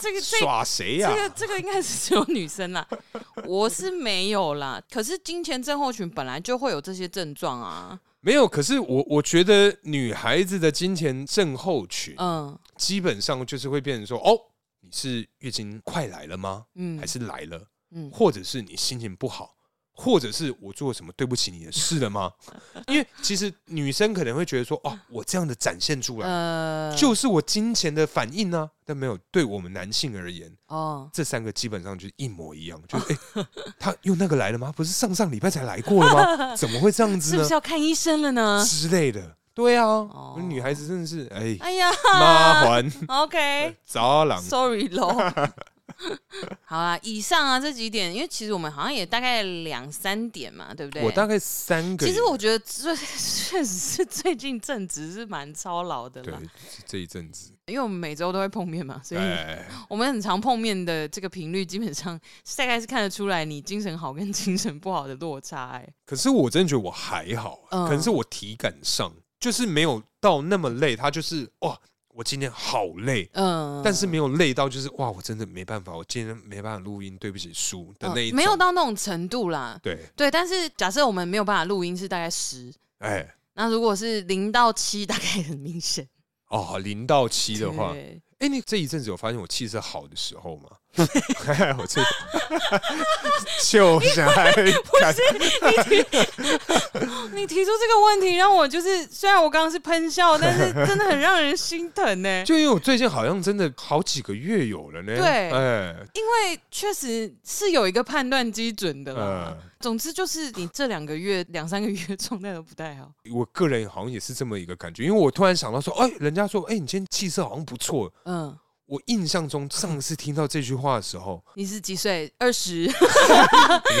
Speaker 2: 这 个这
Speaker 1: 耍谁呀
Speaker 2: 这？个这个应该是只有女生啦， 我是没有啦。可是金钱症候群本来就会有这些症状啊，
Speaker 1: 没有，可是我我觉得女孩子的金钱症候群，
Speaker 2: 嗯
Speaker 1: 基本上就是会变成说，哦，你是月经快来了吗？还
Speaker 2: 嗯
Speaker 1: 是来了，
Speaker 2: 嗯，
Speaker 1: 或者是你心情不好，或者是我做了什么对不起你的事了吗？因为其实女生可能会觉得说，哦，我这样的展现出来，
Speaker 2: 呃，
Speaker 1: 就是我金钱的反应啊。但没有，对我们男性而言，
Speaker 2: 哦，
Speaker 1: 这三个基本上就是一模一样，就是哎、 他用那个来了吗？不是上上礼拜才来过了 吗？怎么会这样子
Speaker 2: 是不
Speaker 1: 呢
Speaker 2: 是？啊哦要看医生 了呢？
Speaker 1: 之类的。对啊，女孩子真的是 哎，
Speaker 2: 哎呀
Speaker 1: 妈还
Speaker 2: ，OK，sorry
Speaker 1: 早郎。
Speaker 2: 喽。 好啊，以上啊这几点，因为其实我们好像也大概两三点嘛，对不对？
Speaker 1: 我大概三个礼拜，
Speaker 2: 其实我觉得最确实是最近正职是蛮操劳的
Speaker 1: 对
Speaker 2: 啦，
Speaker 1: 这一阵子，
Speaker 2: 因为我们每周都会碰面嘛，所以
Speaker 1: 哎，
Speaker 2: 我们很常碰面的这个频率，基本上大概是看得出来你精神好跟精神不好的落差、哎，
Speaker 1: 可是我真的觉得我还好，
Speaker 2: 嗯
Speaker 1: 可能是我体感上就是没有到那么累，他就是哇，我今天好累。
Speaker 2: 嗯，
Speaker 1: 但是没有累到，就是哇，我真的没办法，我今天没办法录音，对不起书的
Speaker 2: 嗯
Speaker 1: 那一种、
Speaker 2: 没有到那种程度啦。
Speaker 1: 对，
Speaker 2: 对，但是假设我们没有办法录音是大概十，
Speaker 1: 哎，
Speaker 2: 那如果是零到七，大概很明显。
Speaker 1: 哦，零到七的话，
Speaker 2: 对
Speaker 1: 哎、你这一阵子有发现我气色好的时候吗？ 我这 就是还敢
Speaker 2: 你提出这个问题，让我就是虽然我刚刚是喷笑，但是 真的很让人心疼呢、欸
Speaker 1: 就因为我最近好像真的好几个月有了呢。
Speaker 2: 对
Speaker 1: 哎，
Speaker 2: 因为确实是有一个判断基准的啦。
Speaker 1: 嗯
Speaker 2: 总之就是你这两个月、两三个月状态都不太好，
Speaker 1: 我个人好像也是这么一个感觉，因为我突然想到说，哎、人家说，哎、你今天气色好像不错。
Speaker 2: 嗯。
Speaker 1: 我印象中上次听到这句话的时 候，
Speaker 2: 你是几岁？二十、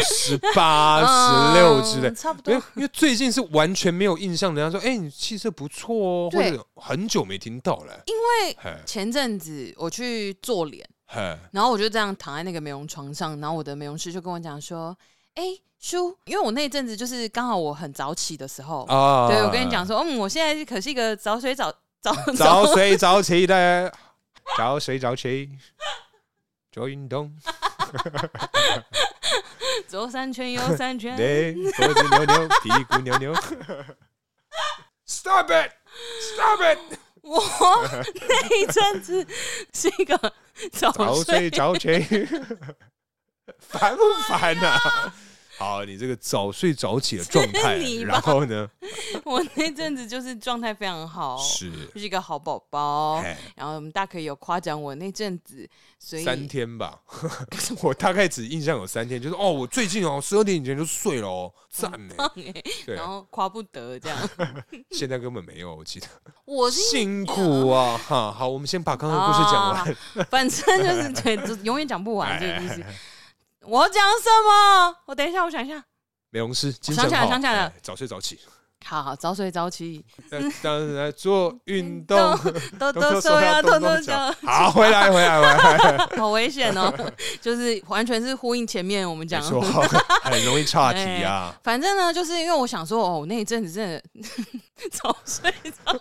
Speaker 1: 十八、十六之类
Speaker 2: 嗯，差不
Speaker 1: 因
Speaker 2: 多
Speaker 1: 为。因为最近是完全没有印象，人家说，哎、你气色不错哦，或
Speaker 2: 对
Speaker 1: 者很久没听到了，
Speaker 2: 因为
Speaker 1: 嘿，
Speaker 2: 前阵子我去做脸，
Speaker 1: 嘿，
Speaker 2: 然后我就这样躺在那个美容床上，然后我的美容师就跟我讲说：“哎、叔，因为我那一阵子就是刚好我很早起的时候，
Speaker 1: 啊
Speaker 2: 对我跟你讲，说，嗯，我现在可是一个早睡早 早
Speaker 1: 早睡早起的，早睡早起，做运动，
Speaker 2: 左三 圈右三圈，
Speaker 1: 对，脖子扭扭，屁股扭扭。Stop it! Stop it!
Speaker 2: 我那一阵子是一个
Speaker 1: 早
Speaker 2: 早
Speaker 1: 睡
Speaker 2: 睡
Speaker 1: 早 起，烦不烦啊？ 好，你这个早睡早起的状态，
Speaker 2: 是你吧
Speaker 1: 然后呢？
Speaker 2: 我那阵子就是状态非常好，
Speaker 1: 是，
Speaker 2: 就是一个好宝宝。
Speaker 1: 哎
Speaker 2: 然后我们大可以有夸奖我那阵子，所以
Speaker 1: 三天 吧，我大概只印象有三天，就是哦，我最近哦，十二点以前就睡了哦，赞呢。对
Speaker 2: 欸
Speaker 1: 啊
Speaker 2: 然，后夸不得 这样。
Speaker 1: 现在根本没有，我记得。
Speaker 2: 我是
Speaker 1: 辛苦啊！哈，好，我们先把刚刚的故事讲
Speaker 2: 哦
Speaker 1: 完。
Speaker 2: 反正就是对，就永远讲不完
Speaker 1: 哎
Speaker 2: 这个故事。我要讲什么？我等一下，我想一下。
Speaker 1: 美容师，精
Speaker 2: 想
Speaker 1: 神
Speaker 2: 起来
Speaker 1: 好
Speaker 2: 想起来了
Speaker 1: 哎早睡早起，
Speaker 2: 好好早睡早起，
Speaker 1: 呃当然做运动，
Speaker 2: 都
Speaker 1: 动
Speaker 2: 都
Speaker 1: 动手
Speaker 2: 说要
Speaker 1: 要
Speaker 2: 多
Speaker 1: 动
Speaker 2: 多
Speaker 1: 动脚
Speaker 2: 脚。。
Speaker 1: 好，回来，回来，回来，
Speaker 2: 好危险哦！ 就是完全是呼应前面我们
Speaker 1: 没
Speaker 2: 讲哎
Speaker 1: 错
Speaker 2: 的。，
Speaker 1: 很容易岔题 啊。
Speaker 2: 反正呢，就是因为我想说，哦，我那一阵子真的早睡 早，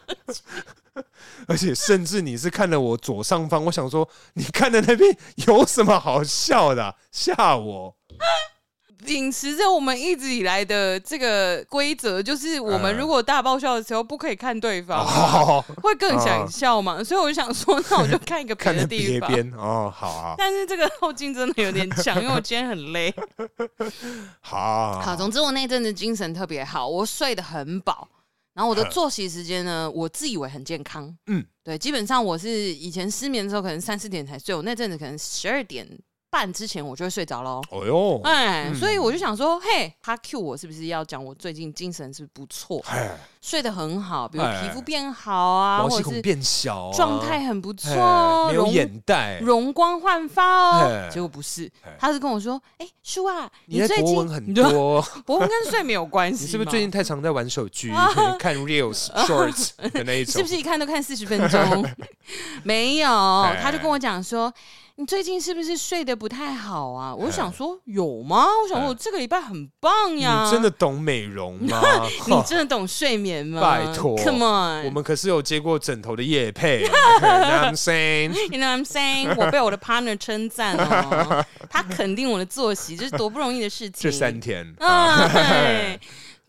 Speaker 1: 而且甚至你是看了我左上方，我想说，你看的那边有什么好笑的啊？吓我！
Speaker 2: 秉持着我们一直以来的这个规则，就是我们
Speaker 1: 嗯
Speaker 2: 如果大爆笑的时候不可以看对方，
Speaker 1: 哦，
Speaker 2: 会更想笑嘛。所以我就想说，那我就看一个别
Speaker 1: 看
Speaker 2: 的
Speaker 1: 的
Speaker 2: 地
Speaker 1: 别
Speaker 2: 方。
Speaker 1: 边哦，好啊，
Speaker 2: 但是这个后劲真的有点 强，因为我今天很累。
Speaker 1: 好啊，
Speaker 2: 好，总之我那阵子精神特别好，我睡得很饱，然后我的
Speaker 1: 呵
Speaker 2: 作息时间呢，我自以为很健康。
Speaker 1: 嗯，
Speaker 2: 对，基本上我是以前失眠的时候，可能三四点才睡，我那阵子可能十二点半之前我就会睡着喽。
Speaker 1: 哦哟，
Speaker 2: 哎、
Speaker 1: 嗯
Speaker 2: 所以我就想说，嘿，他 Q 我是不是要讲我最近精神是不是不错，
Speaker 1: 哎，
Speaker 2: 睡得很好，比如
Speaker 1: 哎
Speaker 2: 皮肤变好啊，
Speaker 1: 毛
Speaker 2: 或
Speaker 1: 细
Speaker 2: 者
Speaker 1: 孔
Speaker 2: 是
Speaker 1: 变小啊，
Speaker 2: 状态很不错
Speaker 1: 哎
Speaker 2: 哦，
Speaker 1: 没有
Speaker 2: 容
Speaker 1: 眼袋，
Speaker 2: 容光焕发哦
Speaker 1: 嘿。
Speaker 2: 结果不是
Speaker 1: 嘿，
Speaker 2: 他是跟我说：“哎、叔啊，
Speaker 1: 你
Speaker 2: 你
Speaker 1: 的
Speaker 2: 最
Speaker 1: 博
Speaker 2: 近
Speaker 1: 文很 多，
Speaker 2: 博文跟睡眠有关
Speaker 1: 你
Speaker 2: 系吗，啊
Speaker 1: 是不是最近太常在玩手机、 看 reels、shorts 的那一种？
Speaker 2: 是不是一看都看四十分 钟？没有，
Speaker 1: 哎
Speaker 2: 他就跟我讲说。”你最近是不是睡得不太好啊？我就想说有吗？我想
Speaker 1: 哎
Speaker 2: 说我这个礼拜很棒
Speaker 1: 你
Speaker 2: 呀！
Speaker 1: 真的，懂美容吗？
Speaker 2: 啊 你
Speaker 1: 哈
Speaker 2: 真的懂睡眠吗？
Speaker 1: 拜托
Speaker 2: ，Come on，
Speaker 1: 我们可是有接过枕头的夜配啊 you know what，I'm saying，
Speaker 2: You know what I'm saying？我被我的 partner 称赞哦，他肯定我的作息，这是多不容易的事
Speaker 1: 这
Speaker 2: 情。
Speaker 1: 三天，
Speaker 2: 啊，对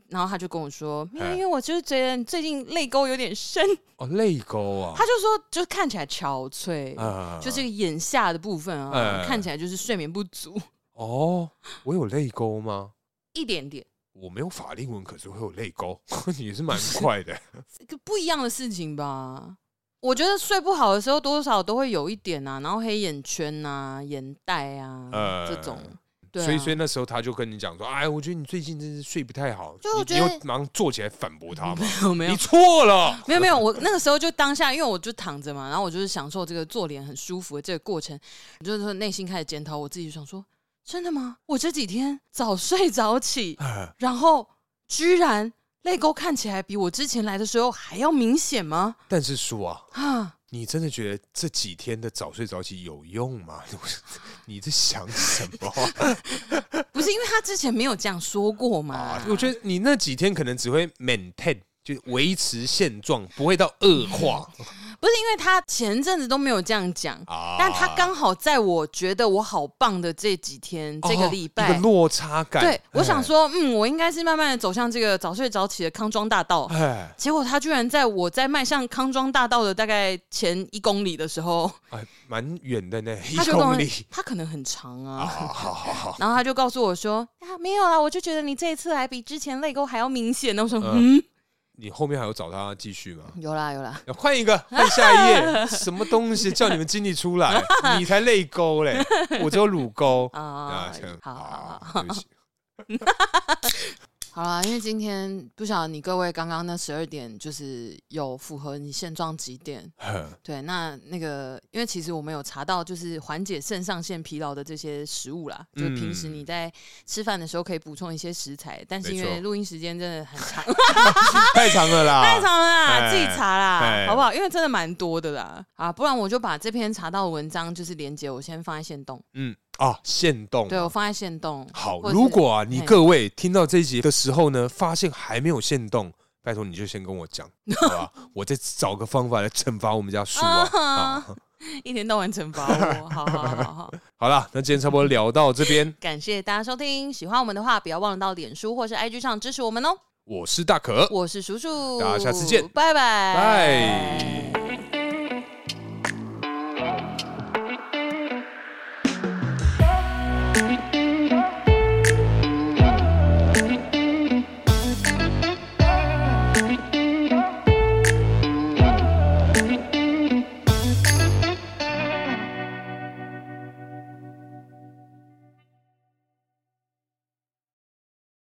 Speaker 2: 然后他就跟我说，因
Speaker 1: 哎
Speaker 2: 为因为我就是觉得你最近泪沟有点深，
Speaker 1: 哦，泪沟啊
Speaker 2: 他，就说就看起来憔悴，
Speaker 1: 啊
Speaker 2: 就这个眼下的部分啊，
Speaker 1: 哎
Speaker 2: 看起来就是睡眠不足
Speaker 1: 哦，我有泪沟吗？
Speaker 2: 一点点，
Speaker 1: 我没有法令纹，可是会有泪沟， 也是蛮快的。
Speaker 2: 这个不一样的事情吧。我觉得睡不好的时候，多少都会有一点啊，然后黑眼圈啊、眼袋啊、
Speaker 1: 哎
Speaker 2: 这种，对啊、
Speaker 1: 所以，所以那时候他就跟你讲说：“哎，我觉得你最近真是睡不太好。”
Speaker 2: 就我
Speaker 1: 你
Speaker 2: 觉
Speaker 1: 你
Speaker 2: 得
Speaker 1: 有马上坐起来反驳他吗？
Speaker 2: 有 没有
Speaker 1: 你错 了，
Speaker 2: 没有没有，我那个时候就当下，因为我就躺着嘛，然后我就是享受这个做脸很舒服的这个过程，我就是说内心开始检讨我自己，想说真的吗？我这几天早睡早 起，
Speaker 1: 哎
Speaker 2: 然后居然泪沟看起来比我之前来的时候还要明显吗？
Speaker 1: 但是叔啊，
Speaker 2: 啊，
Speaker 1: 你真的觉得这几天的早睡早起有用吗？ 你在想什么
Speaker 2: 不是因为他之前没有这样说过嘛
Speaker 1: 啊？？ 我觉得你 那几天可能只会 maintain，就维持现状，不会到恶化。
Speaker 2: 不是因为他前阵子都没有这样讲，
Speaker 1: 啊
Speaker 2: 但他刚好在我觉得我好棒的这几天，这个礼
Speaker 1: 哦一
Speaker 2: 拜
Speaker 1: 个，落差感，
Speaker 2: 对我想
Speaker 1: 哎，
Speaker 2: 说，嗯，我应该是慢慢的走向这个早睡早起的康庄大道。
Speaker 1: 哎
Speaker 2: 结果他居然在我在迈向康庄大道的大概前一公里的时候，
Speaker 1: 哎，蛮远的呢，一
Speaker 2: 他就跟我
Speaker 1: 公里， 哦
Speaker 2: 他可能很长
Speaker 1: 好
Speaker 2: 啊，
Speaker 1: 好好好好，
Speaker 2: 然后他就告诉我说啊，没有啦，我就觉得你这一次来比之前泪沟还要明显。那我说
Speaker 1: 嗯
Speaker 2: 嗯，
Speaker 1: 你后面还有找他继续吗？
Speaker 2: 有啦有啦，
Speaker 1: 要换 一个，换下一页，什么东西叫你们经理出 来？你才泪沟嘞，我只有乳沟
Speaker 2: 啊
Speaker 1: 这样
Speaker 2: 好好
Speaker 1: 啊
Speaker 2: 好
Speaker 1: 对不起
Speaker 4: 好啦，因为今天不晓得你各位刚刚那十二点就是有符合你现状几点？
Speaker 1: 呵
Speaker 4: 对，那那个因为其实我们有查到，就是缓解肾上腺疲劳的这些食物啦，就是平时
Speaker 1: 嗯
Speaker 4: 你在吃饭的时候可以补充一些食材，但是因
Speaker 1: 没
Speaker 4: 为
Speaker 1: 错
Speaker 4: 录音时间真的很长，
Speaker 1: 太长了啦，
Speaker 2: 太长了啦，
Speaker 1: 哎
Speaker 2: 自己查啦
Speaker 1: 哎，
Speaker 2: 好不好？因为真的蛮多的啦。
Speaker 4: 啊，不然我就把这篇查到的文章就是连接，我先放在线动，
Speaker 1: 嗯啊，限动
Speaker 4: 对我放在线动。
Speaker 1: 好，
Speaker 4: 或是
Speaker 1: 如果啊，你
Speaker 4: 嘿
Speaker 1: 各位听到这一集的时候呢，发现还没有限动，拜托你就先跟我 讲，好吧？我再找个方法来惩罚我们家叔 啊。
Speaker 2: 啊
Speaker 1: 啊
Speaker 2: 一天到晚惩罚我，好好好好好，
Speaker 1: 好啦，那今天差不多聊到这边，
Speaker 2: 感谢大家收听。喜欢我们的话，不要忘了到脸书或是 IG 上支持我们哦。
Speaker 1: 我是大可，
Speaker 2: 我是叔叔，
Speaker 1: 大家下次见
Speaker 2: 拜拜，
Speaker 1: 拜。